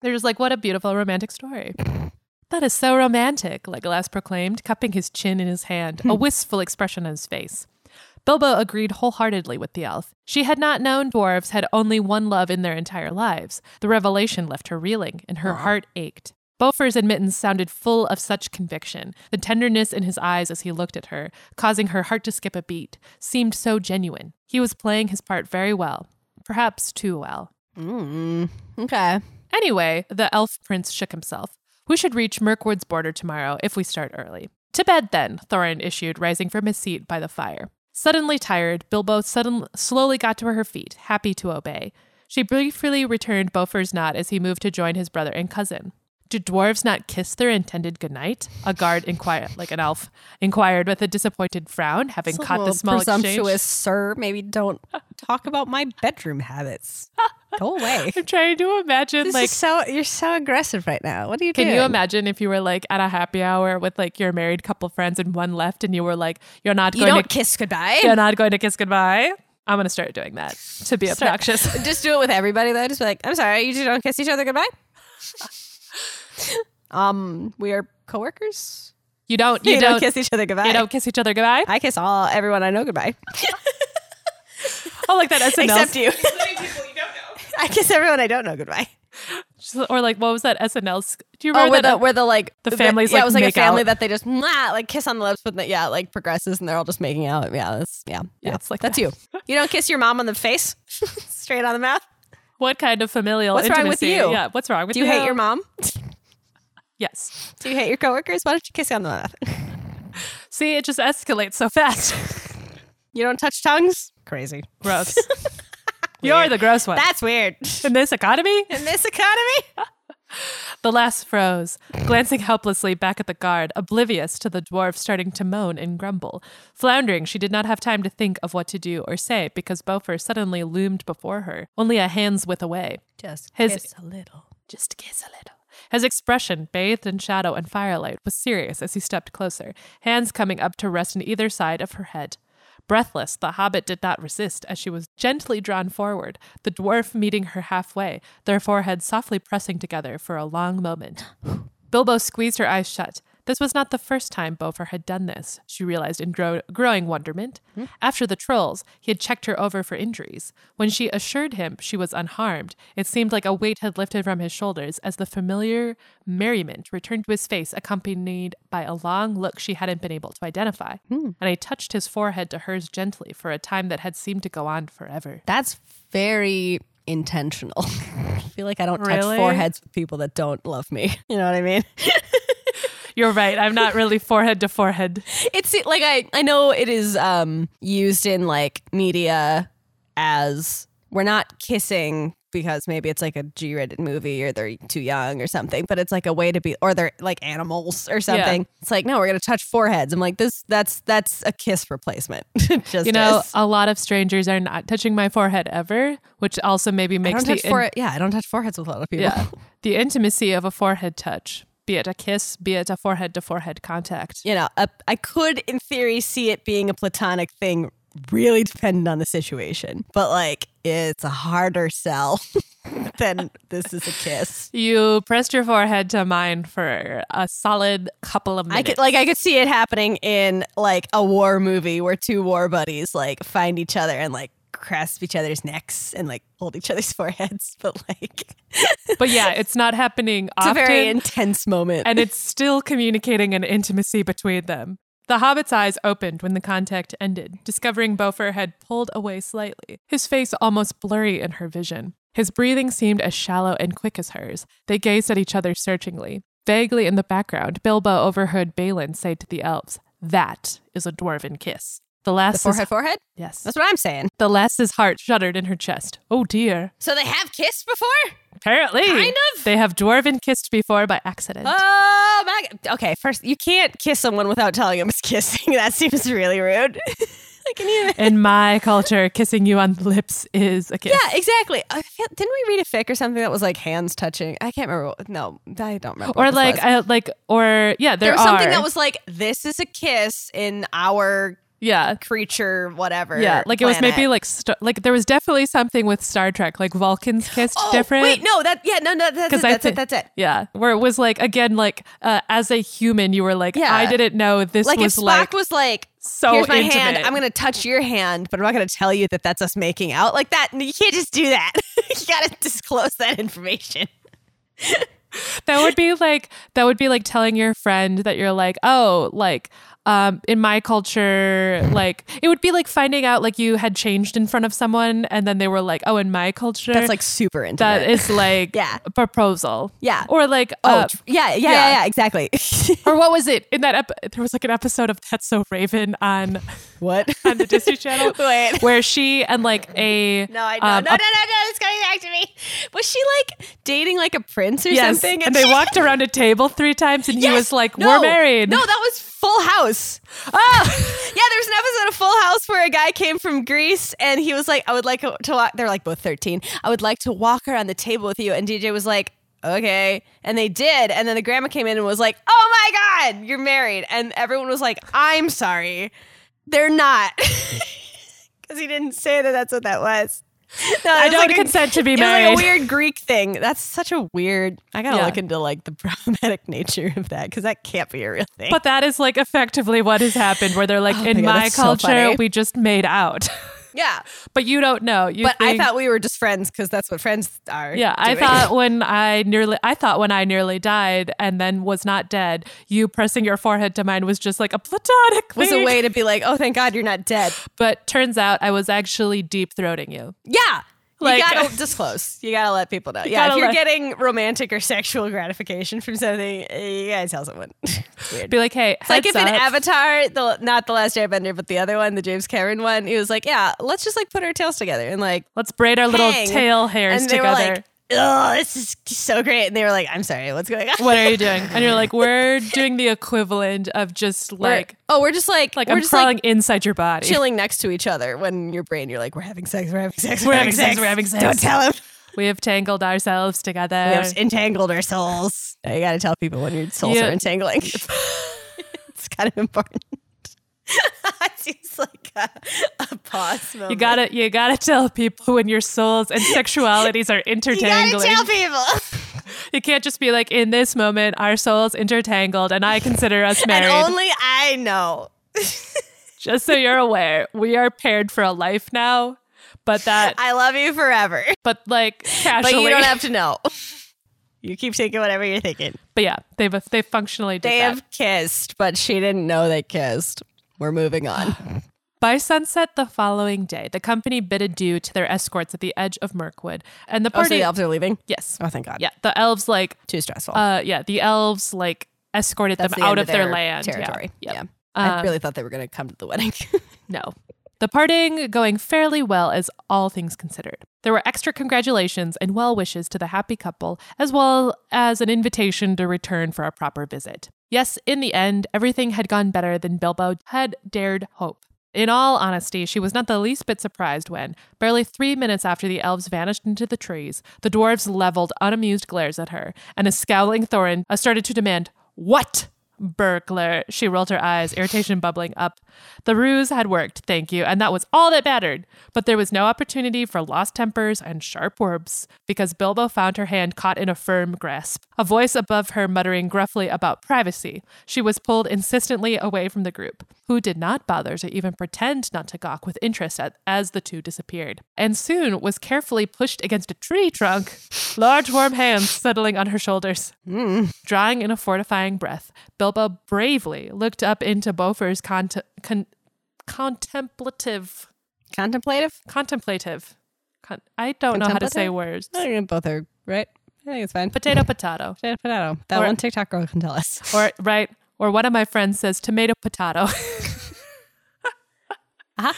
Speaker 1: they're just like, "What a beautiful romantic story." That is so romantic, Legolas proclaimed, cupping his chin in his hand, a wistful expression on his face. Bilbo agreed wholeheartedly with the elf. She had not known dwarves had only one love in their entire lives. The revelation left her reeling, and her heart ached. Beaufort's admittance sounded full of such conviction. The tenderness in his eyes as he looked at her, causing her heart to skip a beat, seemed so genuine. He was playing his part very well, perhaps too well.
Speaker 2: Mm, okay.
Speaker 1: Anyway, the elf prince shook himself. We should reach Mirkwood's border tomorrow if we start early. To bed then, Thorin issued, rising from his seat by the fire. Suddenly tired, Bilbo sudden- slowly got to her feet, happy to obey. She briefly returned Beaufort's nod as he moved to join his brother and cousin. Do dwarves not kiss their intended goodnight? A guard inquired, like an elf, inquired with a disappointed frown, having caught the small
Speaker 2: presumptuous,
Speaker 1: exchange.
Speaker 2: sir. Maybe don't talk about my bedroom habits. Go away.
Speaker 1: I'm trying to imagine,
Speaker 2: This
Speaker 1: like,
Speaker 2: is so you're so aggressive right now. What are you
Speaker 1: Can
Speaker 2: doing?
Speaker 1: you imagine if you were like at a happy hour with like your married couple friends and one left and you were like, you're not
Speaker 2: You
Speaker 1: going to
Speaker 2: don't kiss goodbye.
Speaker 1: you're not going to kiss goodbye? I'm gonna start doing that to be obnoxious.
Speaker 2: Just do it with everybody though. Just be like, I'm sorry, you two don't kiss each other goodbye. Um, we are coworkers.
Speaker 1: You don't. You
Speaker 2: we
Speaker 1: don't.
Speaker 2: kiss each other goodbye.
Speaker 1: you don't kiss each other goodbye.
Speaker 2: I kiss all everyone I know goodbye,
Speaker 1: I Oh, like that SNL.
Speaker 2: except you.
Speaker 4: Including people you don't know.
Speaker 2: I kiss everyone I don't know goodbye.
Speaker 1: or like what was that SNL? sk- Do you
Speaker 2: Oh,
Speaker 1: remember
Speaker 2: where
Speaker 1: that?
Speaker 2: the where the like
Speaker 1: the families,
Speaker 2: yeah,
Speaker 1: like,
Speaker 2: it was like a
Speaker 1: make
Speaker 2: family
Speaker 1: out.
Speaker 2: that they just mwah, like kiss on the lips, but then- yeah, it, like progresses and they're all just making out. Yeah, that's yeah, yeah.
Speaker 1: it's like
Speaker 2: that's
Speaker 1: that.
Speaker 2: you. You don't kiss your mom on the face, straight on the mouth.
Speaker 1: what kind of familial
Speaker 2: What's
Speaker 1: intimacy?
Speaker 2: wrong with you?
Speaker 1: Yeah, what's wrong with
Speaker 2: Do you hate your mom?
Speaker 1: Yes.
Speaker 2: Do you hate your coworkers? Why don't you kiss on the mouth?
Speaker 1: See, it just escalates so fast.
Speaker 2: You don't touch tongues. Crazy.
Speaker 1: gross. You're the gross one.
Speaker 2: That's weird.
Speaker 1: In this economy,
Speaker 2: In this economy,
Speaker 1: the last froze, glancing helplessly back at the guard, oblivious to the dwarf starting to moan and grumble. Floundering, she did not have time to think of what to do or say because Beaufort suddenly loomed before her, only a hand's width away.
Speaker 2: just
Speaker 1: His-
Speaker 2: kiss a little.
Speaker 1: Just kiss a little. His expression, bathed in shadow and firelight, was serious as he stepped closer, hands coming up to rest on either side of her head. Breathless, the hobbit did not resist as she was gently drawn forward, the dwarf meeting her halfway, their foreheads softly pressing together for a long moment. Bilbo squeezed her eyes shut. This was not the first time Beaufort had done this, she realized in grow- growing wonderment. After the trolls, he had checked her over for injuries. When she assured him she was unharmed, it seemed like a weight had lifted from his shoulders as the familiar merriment returned to his face, accompanied by a long look she hadn't been able to identify. And he touched his forehead to hers gently for a time that had seemed to go on forever.
Speaker 2: That's very intentional. I feel like I don't
Speaker 1: Really?
Speaker 2: touch foreheads with people that don't love me. You know what I mean?
Speaker 1: You're right, I'm not really forehead to forehead.
Speaker 2: it's like I I know it is um used in like media as we're not kissing because maybe it's like a G-rated movie or they're too young or something, but it's like a way to be or they're like animals or something. It's like no, we're gonna touch foreheads. I'm like this that's that's a kiss replacement. Just
Speaker 1: You know,
Speaker 2: is.
Speaker 1: a lot of strangers are not touching my forehead ever, which also maybe
Speaker 2: I
Speaker 1: makes
Speaker 2: don't
Speaker 1: the
Speaker 2: touch fore- yeah, I don't touch foreheads with a lot of people.
Speaker 1: yeah, the intimacy of a forehead touch, be it a kiss, be it a forehead to forehead contact.
Speaker 2: You know, a, I could in theory see it being a platonic thing, really dependent on the situation, but like it's a harder sell than this is a kiss.
Speaker 1: You pressed your forehead to mine for a solid couple of
Speaker 2: I
Speaker 1: minutes.
Speaker 2: could like I could see it happening in like a war movie where two war buddies like find each other and like grasp each other's necks and like hold each other's foreheads, but like it's
Speaker 1: but yeah, it's not happening
Speaker 2: a
Speaker 1: often,
Speaker 2: very intense moment.
Speaker 1: and it's still communicating an intimacy between them. The hobbit's eyes opened when the contact ended, discovering Beaufort had pulled away slightly, his face almost blurry in her vision. His breathing seemed as shallow and quick as hers. They gazed at each other searchingly. Vaguely in the background, Bilbo overheard Balin say to the elves, That is a dwarven kiss. The
Speaker 2: the
Speaker 1: lass's
Speaker 2: forehead, forehead.
Speaker 1: yes.
Speaker 2: That's what I'm saying.
Speaker 1: The lass's heart shuddered in her chest. Oh dear.
Speaker 2: So they have kissed before.
Speaker 1: Apparently.
Speaker 2: Kind of.
Speaker 1: They have dwarven kissed before by accident.
Speaker 2: Oh my! God. Okay, first you can't kiss someone without telling them it's kissing. That seems really rude. like, can you?
Speaker 1: In my culture, kissing you on the lips is a kiss.
Speaker 2: Yeah, exactly. I feel, didn't we read a fic or something that was like hands touching? I can't remember. What, no, I don't remember.
Speaker 1: Or
Speaker 2: what this
Speaker 1: like,
Speaker 2: was.
Speaker 1: I, like, or yeah, there,
Speaker 2: there was something
Speaker 1: are.
Speaker 2: that was like this is a kiss in our
Speaker 1: yeah,
Speaker 2: creature, whatever.
Speaker 1: yeah. Like it was
Speaker 2: planet.
Speaker 1: maybe like, st- like there was definitely something with Star Trek, like Vulcans kissed
Speaker 2: Oh,
Speaker 1: different.
Speaker 2: Wait, no, that yeah, no, no, that's it,
Speaker 1: 'Cause I
Speaker 2: that's
Speaker 1: thi-
Speaker 2: it, that's it.
Speaker 1: Yeah, where it was like again, like uh, as a human, you were like,
Speaker 2: Yeah.
Speaker 1: I didn't know this
Speaker 2: Like if
Speaker 1: was
Speaker 2: Spock
Speaker 1: like
Speaker 2: was like,
Speaker 1: so
Speaker 2: here's my hand,
Speaker 1: intimate.
Speaker 2: I'm gonna touch your hand, but I'm not gonna tell you that that's us making out like that. You can't just do that. you gotta disclose that information.
Speaker 1: that would be like that would be like telling your friend that you're like oh like um in my culture like it would be like finding out like you had changed in front of someone and then they were like oh in my culture
Speaker 2: That's like super intimate.
Speaker 1: that is like
Speaker 2: Yeah.
Speaker 1: a proposal
Speaker 2: Yeah.
Speaker 1: or like
Speaker 2: oh
Speaker 1: uh,
Speaker 2: tr- yeah, yeah, yeah,
Speaker 1: yeah.
Speaker 2: yeah, exactly.
Speaker 1: or what was it in that ep- there was like an episode of that's so raven on
Speaker 2: what?
Speaker 1: on the disney channel
Speaker 2: Wait.
Speaker 1: where she and like a
Speaker 2: No, I know.
Speaker 1: um,
Speaker 2: no,
Speaker 1: a-
Speaker 2: no, no, no. It's coming back to me. Was she like dating like a prince or
Speaker 1: yes
Speaker 2: something?
Speaker 1: and they walked around a table three times and he
Speaker 2: Yes!
Speaker 1: was like
Speaker 2: No!
Speaker 1: we're married Ah!
Speaker 2: No, that was Full House. Oh, yeah. There's an episode of Full House where a guy came from Greece and he was like, "I would like to walk." They're like both 13. I would like to walk around the table with you. And DJ was like, "Okay," and they did. And then the grandma came in and was like, "Oh my God, you're married!" And everyone was like, "I'm sorry, they're not," because he didn't say that. That's what that was.
Speaker 1: I don't consent to be married.
Speaker 2: It was like a weird Greek thing. That's such a weird. I gotta
Speaker 1: Yeah.
Speaker 2: look into like the problematic nature of that because that can't be a real thing.
Speaker 1: But that is like effectively what has happened, where they're like,
Speaker 2: Oh my
Speaker 1: in
Speaker 2: God,
Speaker 1: my
Speaker 2: that's so
Speaker 1: culture,
Speaker 2: funny."
Speaker 1: we just made out.
Speaker 2: yeah,
Speaker 1: but you don't know. You
Speaker 2: but I
Speaker 1: think-
Speaker 2: thought we were just friends because that's what friends are.
Speaker 1: Yeah, I
Speaker 2: doing.
Speaker 1: thought when I nearly I thought when I nearly died and then was not dead, you pressing your forehead to mine was just like a platonic
Speaker 2: was a
Speaker 1: thing.
Speaker 2: way to be like, oh, thank God you're not dead.
Speaker 1: But turns out I was actually deep throating you.
Speaker 2: Yeah.
Speaker 1: Like-
Speaker 2: you gotta disclose. You gotta let people know. Yeah, if
Speaker 1: gotta
Speaker 2: you're
Speaker 1: let-
Speaker 2: getting romantic or sexual gratification from something, uh, you gotta tell someone. It's weird.
Speaker 1: Be like, hey,
Speaker 2: It's like if
Speaker 1: heads
Speaker 2: an
Speaker 1: up.
Speaker 2: Avatar, the not the Last Airbender, but the other one, the James Cameron one, he was like, "Yeah, let's just like put our tails together and like
Speaker 1: let's braid our little
Speaker 2: hang."
Speaker 1: tail hairs
Speaker 2: and they
Speaker 1: together.
Speaker 2: Were like, Oh, this is so great! And they were like, "I'm sorry, what's going on?"
Speaker 1: what are you doing? And you're like, we're doing the equivalent of just
Speaker 2: We're-
Speaker 1: like
Speaker 2: oh, we're just like,
Speaker 1: like
Speaker 2: we're
Speaker 1: I'm
Speaker 2: just
Speaker 1: crawling
Speaker 2: like
Speaker 1: inside your body.
Speaker 2: chilling next to each other. When in your brain, you're like, "We're having sex, we're having sex, we're,
Speaker 1: having sex, we're having sex.
Speaker 2: Don't tell him.
Speaker 1: We have tangled ourselves together.
Speaker 2: We have entangled our souls. Now you got to tell people when your souls
Speaker 1: Yeah.
Speaker 2: are entangling. it's kind of important. it's just like a, a pause. Moment.
Speaker 1: You gotta you gotta tell people when your souls and sexualities are intertangling.
Speaker 2: You gotta tell people.
Speaker 1: You can't just be like, in this moment, our souls intertangled, and I consider us married.
Speaker 2: And only I know.
Speaker 1: just so you're aware, we are paired for a life now. But that,
Speaker 2: I love you forever.
Speaker 1: but like
Speaker 2: But
Speaker 1: casually,
Speaker 2: you don't have to know. You keep thinking whatever you're thinking.
Speaker 1: but yeah, they've they functionally did
Speaker 2: They
Speaker 1: that.
Speaker 2: have kissed, but she didn't know they kissed. We're moving on.
Speaker 1: By sunset the following day, the company bid adieu to their escorts at the edge of Mirkwood, and the
Speaker 2: oh, so
Speaker 1: party.
Speaker 2: the elves are leaving?
Speaker 1: yes,
Speaker 2: Oh, thank God.
Speaker 1: yeah, the elves like,
Speaker 2: Too stressful.
Speaker 1: uh, yeah, the elves like escorted
Speaker 2: That's
Speaker 1: them
Speaker 2: the
Speaker 1: out
Speaker 2: end
Speaker 1: of their,
Speaker 2: their
Speaker 1: land. Yeah.
Speaker 2: Territory.
Speaker 1: Yep.
Speaker 2: yeah. I
Speaker 1: Um,
Speaker 2: really thought they were going to come to the wedding.
Speaker 1: No. The parting going fairly well as all things considered. There were extra congratulations and well wishes to the happy couple, as well as an invitation to return for a proper visit. Yes, in the end, everything had gone better than Bilbo had dared hope. In all honesty, she was not the least bit surprised when, barely three minutes after the elves vanished into the trees, the dwarves leveled unamused glares at her, and a scowling Thorin uh, started to demand, What? Burglar. She rolled her eyes, irritation bubbling up. The ruse had worked, thank you, and that was all that mattered. But there was no opportunity for lost tempers and sharp words because Bilbo found her hand caught in a firm grasp, a voice above her muttering gruffly about privacy. She was pulled insistently away from the group, who did not bother to even pretend not to gawk with interest at, as the two disappeared, and soon was carefully pushed against a tree trunk, large warm hands settling on her shoulders. Drawing in a fortifying breath, Bilbo bravely looked up into Beaufort's cont- con- contemplative,
Speaker 2: Contemplative?
Speaker 1: contemplative. Con- I don't know how to say
Speaker 2: Contemplative?
Speaker 1: words.
Speaker 2: I think both are right. I think it's fine.
Speaker 1: Potato, potato.
Speaker 2: Potato, potato. That
Speaker 1: Or-
Speaker 2: one TikTok girl can tell us.
Speaker 1: Or right, or one of my friends says tomato, potato. Uh-huh.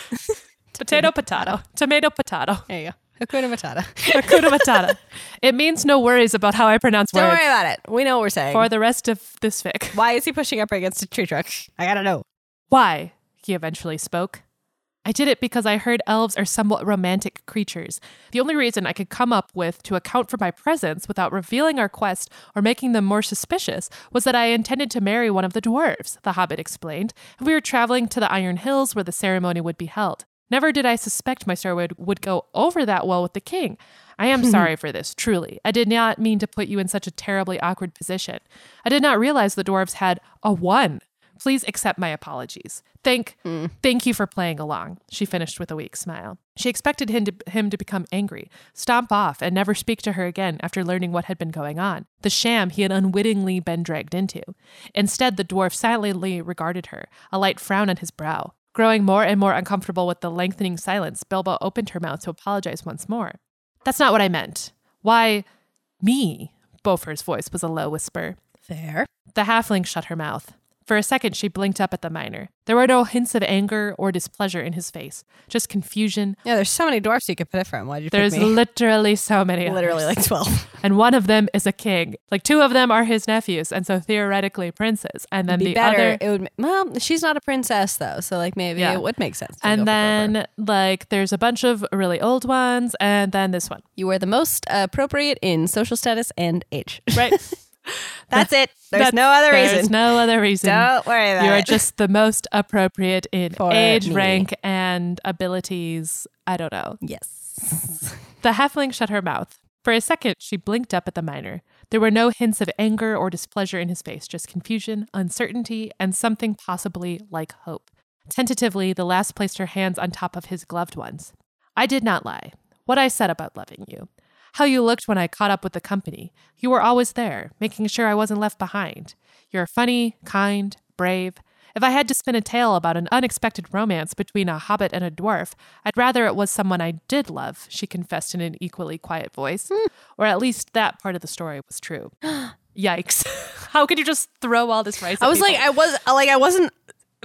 Speaker 1: Potato, potato. Tomato, potato.
Speaker 2: There you go. Hakuna Matata.
Speaker 1: Hakuna matata. It means no worries about how I pronounce
Speaker 2: Don't
Speaker 1: words
Speaker 2: worry about it. We know what we're saying.
Speaker 1: for the rest of this fic.
Speaker 2: Why is he pushing up against a tree truck? I gotta know.
Speaker 1: Why? he eventually spoke. I did it because I heard elves are somewhat romantic creatures. The only reason I could come up with to account for my presence without revealing our quest or making them more suspicious was that I intended to marry one of the dwarves, the hobbit explained, and we were traveling to the Iron Hills where the ceremony would be held. Never did I suspect my story would, would go over that well with the king. I am sorry for this, truly. I did not mean to put you in such a terribly awkward position. I did not realize the dwarves had a one. Please accept my apologies. Thank thank you for playing along. She finished with a weak smile. She expected him to, him to become angry, stomp off, and never speak to her again after learning what had been going on, the sham he had unwittingly been dragged into. Instead, the dwarf silently regarded her, a light frown on his brow. Growing more and more uncomfortable with the lengthening silence, Bilbo opened her mouth to apologize once more. That's not what I meant. Why, me? Beaufort's voice was a low whisper.
Speaker 2: Fair.
Speaker 1: The halfling shut her mouth. For a second, she blinked up at the miner. There were no hints of anger or displeasure in his face, just confusion.
Speaker 2: Yeah, there's so many dwarfs you could pick from. Why'd you
Speaker 1: There's
Speaker 2: pick me?
Speaker 1: literally so many.
Speaker 2: literally
Speaker 1: others.
Speaker 2: like 12.
Speaker 1: and one of them is a king. Like two of them are his nephews, and so theoretically princes. And then
Speaker 2: Be
Speaker 1: the
Speaker 2: better.
Speaker 1: other,
Speaker 2: It would. Well, she's not a princess though, so like maybe
Speaker 1: Yeah.
Speaker 2: it would make sense. to go for
Speaker 1: and
Speaker 2: Rover.
Speaker 1: then like there's a bunch of really old ones, and then this one,
Speaker 2: you were the most appropriate in social status and age.
Speaker 1: right?
Speaker 2: That's it. There's
Speaker 1: That's-
Speaker 2: no other
Speaker 1: there's
Speaker 2: reason.
Speaker 1: no other reason.
Speaker 2: Don't worry about
Speaker 1: you are
Speaker 2: it.
Speaker 1: just the most appropriate in
Speaker 2: For
Speaker 1: age,
Speaker 2: me.
Speaker 1: rank, and abilities. I don't know.
Speaker 2: yes.
Speaker 1: The halfling shut her mouth. For a second, she blinked up at the miner. There were no hints of anger or displeasure in his face, just confusion, uncertainty, and something possibly like hope. Tentatively, the lass placed her hands on top of his gloved ones. I did not lie. What I said about loving you. How you looked when I caught up with the company. You were always there, making sure I wasn't left behind. You're funny, kind, brave. If I had to spin a tale about an unexpected romance between a hobbit and a dwarf, I'd rather it was someone I did love, she confessed in an equally quiet voice.
Speaker 2: Hmm.
Speaker 1: Or at least that part of the story was true. Yikes. How could you just throw all this rice?
Speaker 2: I
Speaker 1: at
Speaker 2: was
Speaker 1: people?
Speaker 2: like, I was like, I wasn't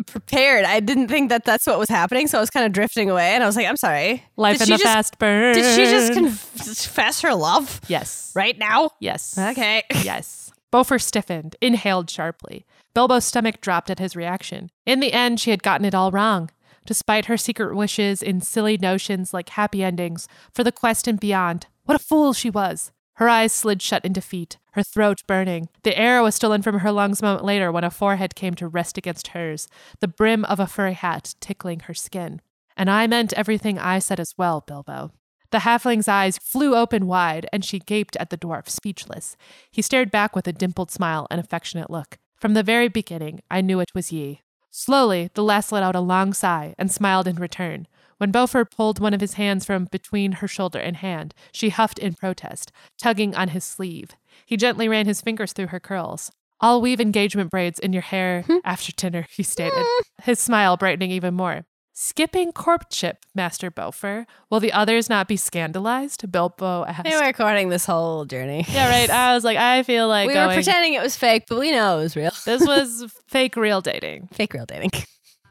Speaker 2: prepared. I didn't think that that's what was happening, so I was kind of drifting away. And I was like, I'm sorry.
Speaker 1: life
Speaker 2: did
Speaker 1: in
Speaker 2: she
Speaker 1: the
Speaker 2: just,
Speaker 1: fast burn.
Speaker 2: Did she just confess her love
Speaker 1: Yes.
Speaker 2: right now?
Speaker 1: Yes.
Speaker 2: Okay.
Speaker 1: yes. Beaufort stiffened, inhaled sharply. Bilbo's stomach dropped at his reaction. In the end, she had gotten it all wrong. Despite her secret wishes in silly notions like happy endings for the quest and beyond, what a fool she was! Her eyes slid shut in defeat, her throat burning. The air was stolen from her lungs a moment later when a forehead came to rest against hers, the brim of a furry hat tickling her skin. And I meant everything I said as well, Bilbo. The halfling's eyes flew open wide, and she gaped at the dwarf, speechless. He stared back with a dimpled smile and affectionate look. From the very beginning, I knew it was ye. Slowly, the lass let out a long sigh and smiled in return. When Beaufort pulled one of his hands from between her shoulder and hand, she huffed in protest, tugging on his sleeve. He gently ran his fingers through her curls. I'll weave engagement braids in your hair
Speaker 2: Hmm.
Speaker 1: after dinner, he stated, his smile brightening even more. Skipping courtship, Master Beaufort. Will the others not be scandalized? Bilbo asked.
Speaker 2: They were recording this whole journey.
Speaker 1: Yeah, right. I was like, I feel like
Speaker 2: we were
Speaker 1: going-
Speaker 2: pretending it was fake, but we know it was real.
Speaker 1: this was fake real dating.
Speaker 2: Fake real dating.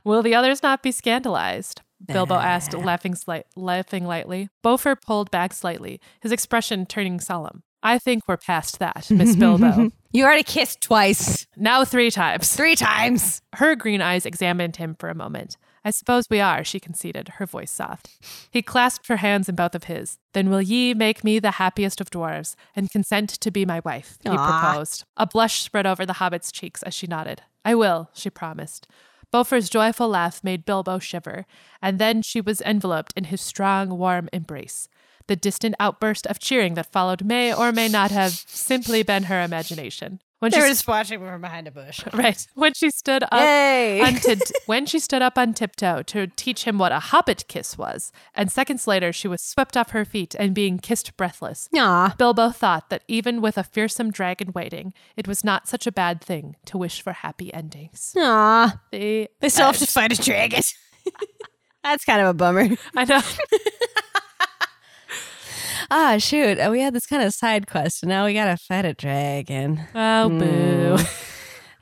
Speaker 1: Will the others not be scandalized? Bilbo asked, laughing, slight, laughing lightly. Beaufort pulled back slightly, his expression turning solemn. I think we're past that, Miss Bilbo.
Speaker 2: You already kissed twice,
Speaker 1: now three times.
Speaker 2: three times.
Speaker 1: Her green eyes examined him for a moment. I suppose we are, she conceded, her voice soft. He clasped her hands in both of his. Then will ye make me the happiest of dwarves and consent to be my wife, he proposed. A blush spread over the hobbit's cheeks as she nodded. I will, she promised. Beaufort's joyful laugh made Bilbo shiver, and then she was enveloped in his strong, warm embrace. The distant outburst of cheering that followed may or may not have simply been her imagination. When she
Speaker 2: just watching me from behind a bush.
Speaker 1: Right. When she stood up
Speaker 2: Yay.
Speaker 1: on tit- when she stood up on tiptoe to teach him what a hobbit kiss was, and seconds later she was swept off her feet and being kissed breathless.
Speaker 2: Aw.
Speaker 1: Bilbo thought that even with a fearsome dragon waiting, it was not such a bad thing to wish for happy endings.
Speaker 2: Aw.
Speaker 1: The-
Speaker 2: They still have to fight a dragon. That's kind of a bummer.
Speaker 1: I know.
Speaker 2: Ah, shoot. uh, We had this kind of side quest, and now we gotta fight a dragon.
Speaker 1: Oh, boo.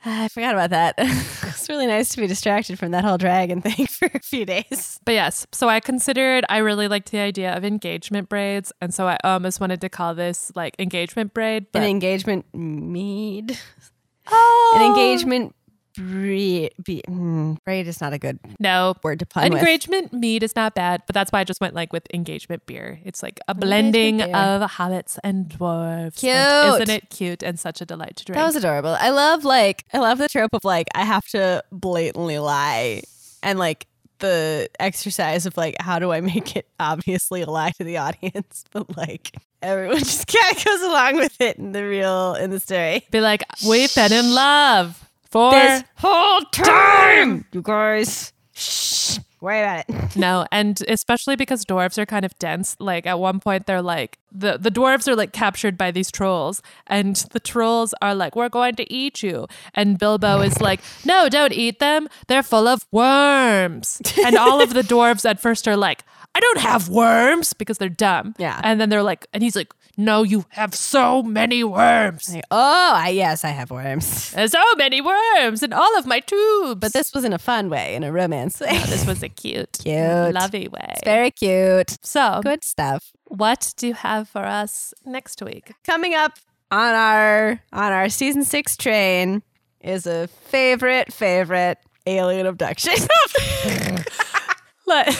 Speaker 2: Ah, I forgot about that. it's really nice to be distracted from that whole dragon thing for a few days.
Speaker 1: But yes, so I considered I really liked the idea of engagement braids, and so I almost wanted to call this like engagement braid, but
Speaker 2: An engagement mead.
Speaker 1: oh,
Speaker 2: An engagement braid. Be- mm, braid is not a good
Speaker 1: no
Speaker 2: word to pun with.
Speaker 1: Engagement mead is not bad, but that's why I just went like with engagement beer. It's like a blending
Speaker 2: beer.
Speaker 1: of hobbits and dwarves. And
Speaker 2: Cute.
Speaker 1: isn't it cute and such a delight to drink?
Speaker 2: That was adorable. I love like I love the trope of like I have to blatantly lie and like the exercise of like how do I make it obviously a lie to the audience, but like everyone just kind of goes along with it in the real in the story.
Speaker 1: Be like, we've been in love for
Speaker 2: This whole time, you guys. Shh, worry about it.
Speaker 1: no, and especially because dwarves are kind of dense. Like at one point, they're like the the dwarves are like captured by these trolls, and the trolls are like, "We're going to eat you," and Bilbo is like, "No, don't eat them. They're full of worms." And all of the dwarves at first are like, "I don't have worms," because they're dumb.
Speaker 2: Yeah.
Speaker 1: and then they're like, and he's like, "No, you have so many worms."
Speaker 2: Like, oh, I yes, I have worms,
Speaker 1: "There's So many worms in all of my tubes.
Speaker 2: but this was in a fun way, in a romance way.
Speaker 1: this was a cute,
Speaker 2: Cute.
Speaker 1: lovey way.
Speaker 2: Very cute.
Speaker 1: So
Speaker 2: Good stuff.
Speaker 1: What do you have for us next week?
Speaker 2: coming up on our on our season six train is a favorite favorite alien abduction.
Speaker 1: Li-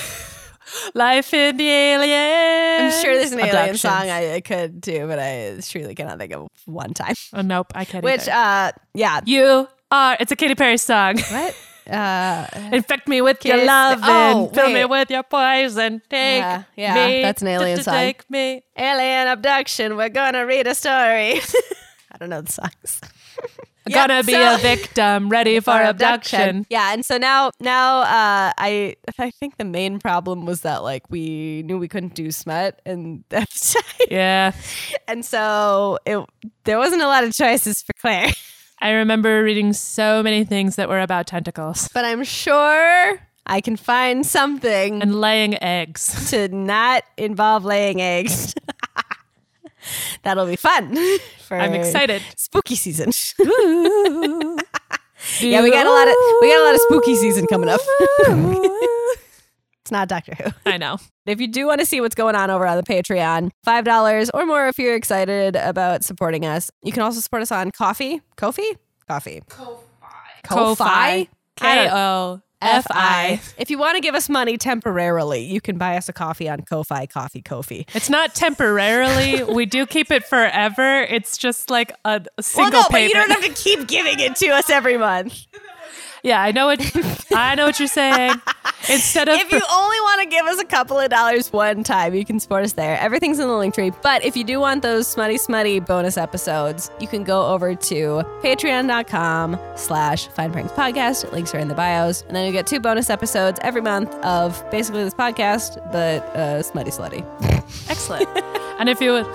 Speaker 1: Life in the Alien.
Speaker 2: I'm sure there's an alien song I, I could do, but I truly cannot think of one time.
Speaker 1: oh, nope, I can't.
Speaker 2: Which,
Speaker 1: either.
Speaker 2: uh, yeah,
Speaker 1: you are. It's a Katy Perry song.
Speaker 2: what? Uh,
Speaker 1: Infect me with your
Speaker 2: Kiss-
Speaker 1: love
Speaker 2: Oh,
Speaker 1: and fill me
Speaker 2: wait.
Speaker 1: with your poison. Take
Speaker 2: Yeah, yeah,
Speaker 1: me
Speaker 2: that's an alien
Speaker 1: to
Speaker 2: song.
Speaker 1: Take me.
Speaker 2: alien abduction. We're gonna read a story. I don't know the songs. Yeah,
Speaker 1: Gonna be
Speaker 2: so-
Speaker 1: a victim, ready for abduction.
Speaker 2: Yeah, and so now now uh, I I think the main problem was that like we knew we couldn't do smut and that's
Speaker 1: Yeah.
Speaker 2: and so it there wasn't a lot of choices for Claire.
Speaker 1: I remember reading so many things that were about tentacles
Speaker 2: But I'm sure I can find something
Speaker 1: and laying eggs.
Speaker 2: to not involve laying eggs. That'll be fun. For
Speaker 1: I'm excited.
Speaker 2: Spooky season. yeah, we got a lot of we got a lot of spooky season coming up. it's not Doctor Who.
Speaker 1: I know.
Speaker 2: If you do want to see what's going on over on the Patreon, $5 or more if you're excited about supporting us. You can also support us on Coffee. Kofi? Coffee. Ko-fi?
Speaker 1: K O F I.
Speaker 2: If you want to give us money temporarily, you can buy us a coffee on Ko-fi, Coffee, Kofi.
Speaker 1: It's not temporarily. we do keep it forever. It's just like a, a single
Speaker 2: well, no, but you
Speaker 1: payment.
Speaker 2: don't have to keep giving it to us every month.
Speaker 1: yeah, I know what I know what you're saying. Instead of
Speaker 2: if you only want to give us a couple of dollars one time, you can support us there. Everything's in the link tree. But if you do want those smutty, smutty bonus episodes, you can go over to patreon.com slash Fine Pranks Podcast. Links are in the bios. And then you get two bonus episodes every month of basically this podcast, but uh, smutty slutty.
Speaker 1: Excellent. and if you would,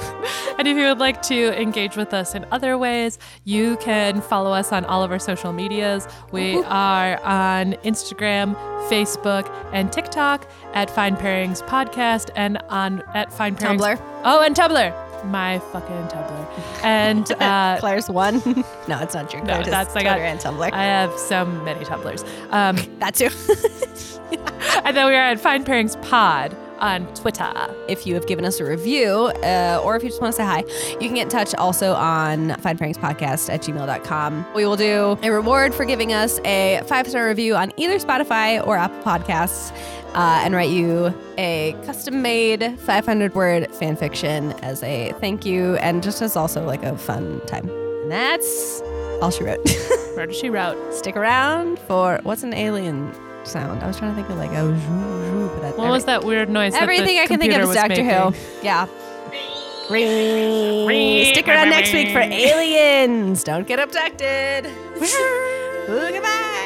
Speaker 1: and if you would like to engage with us in other ways, you can follow us on all of our social medias. We are on Instagram, Facebook, and TikTok at Fine Pairings Podcast, and on at Fine Pairings
Speaker 2: Tumblr.
Speaker 1: Oh, and Tumblr. My fucking Tumblr. And uh,
Speaker 2: Claire's one. no, it's not true.
Speaker 1: no,
Speaker 2: Claire does
Speaker 1: that's I
Speaker 2: Twitter
Speaker 1: got.
Speaker 2: and Tumblr.
Speaker 1: I have so many Tumblrs. Um,
Speaker 2: that too.
Speaker 1: and then we are at Fine Pairings Pod on Twitter.
Speaker 2: if you have given us a review uh, or if you just want to say hi, you can get in touch also on findpairingspodcast at gmail.com. We will do a reward for giving us a five star review on either Spotify or Apple Podcasts uh, and write you a custom made 500 word fan fiction as a thank you and just as also like a fun time. And that's all she wrote.
Speaker 1: Murder She Wrote.
Speaker 2: Stick around for what's an alien sound? I was trying to think of like a zhoo, zhoo, but that's
Speaker 1: What was that weird noise? that the
Speaker 2: Everything I can think of is
Speaker 1: computer
Speaker 2: Doctor
Speaker 1: was
Speaker 2: Who.
Speaker 1: making?
Speaker 2: Yeah. Stick around next week for aliens. Don't get abducted. Ooh, goodbye.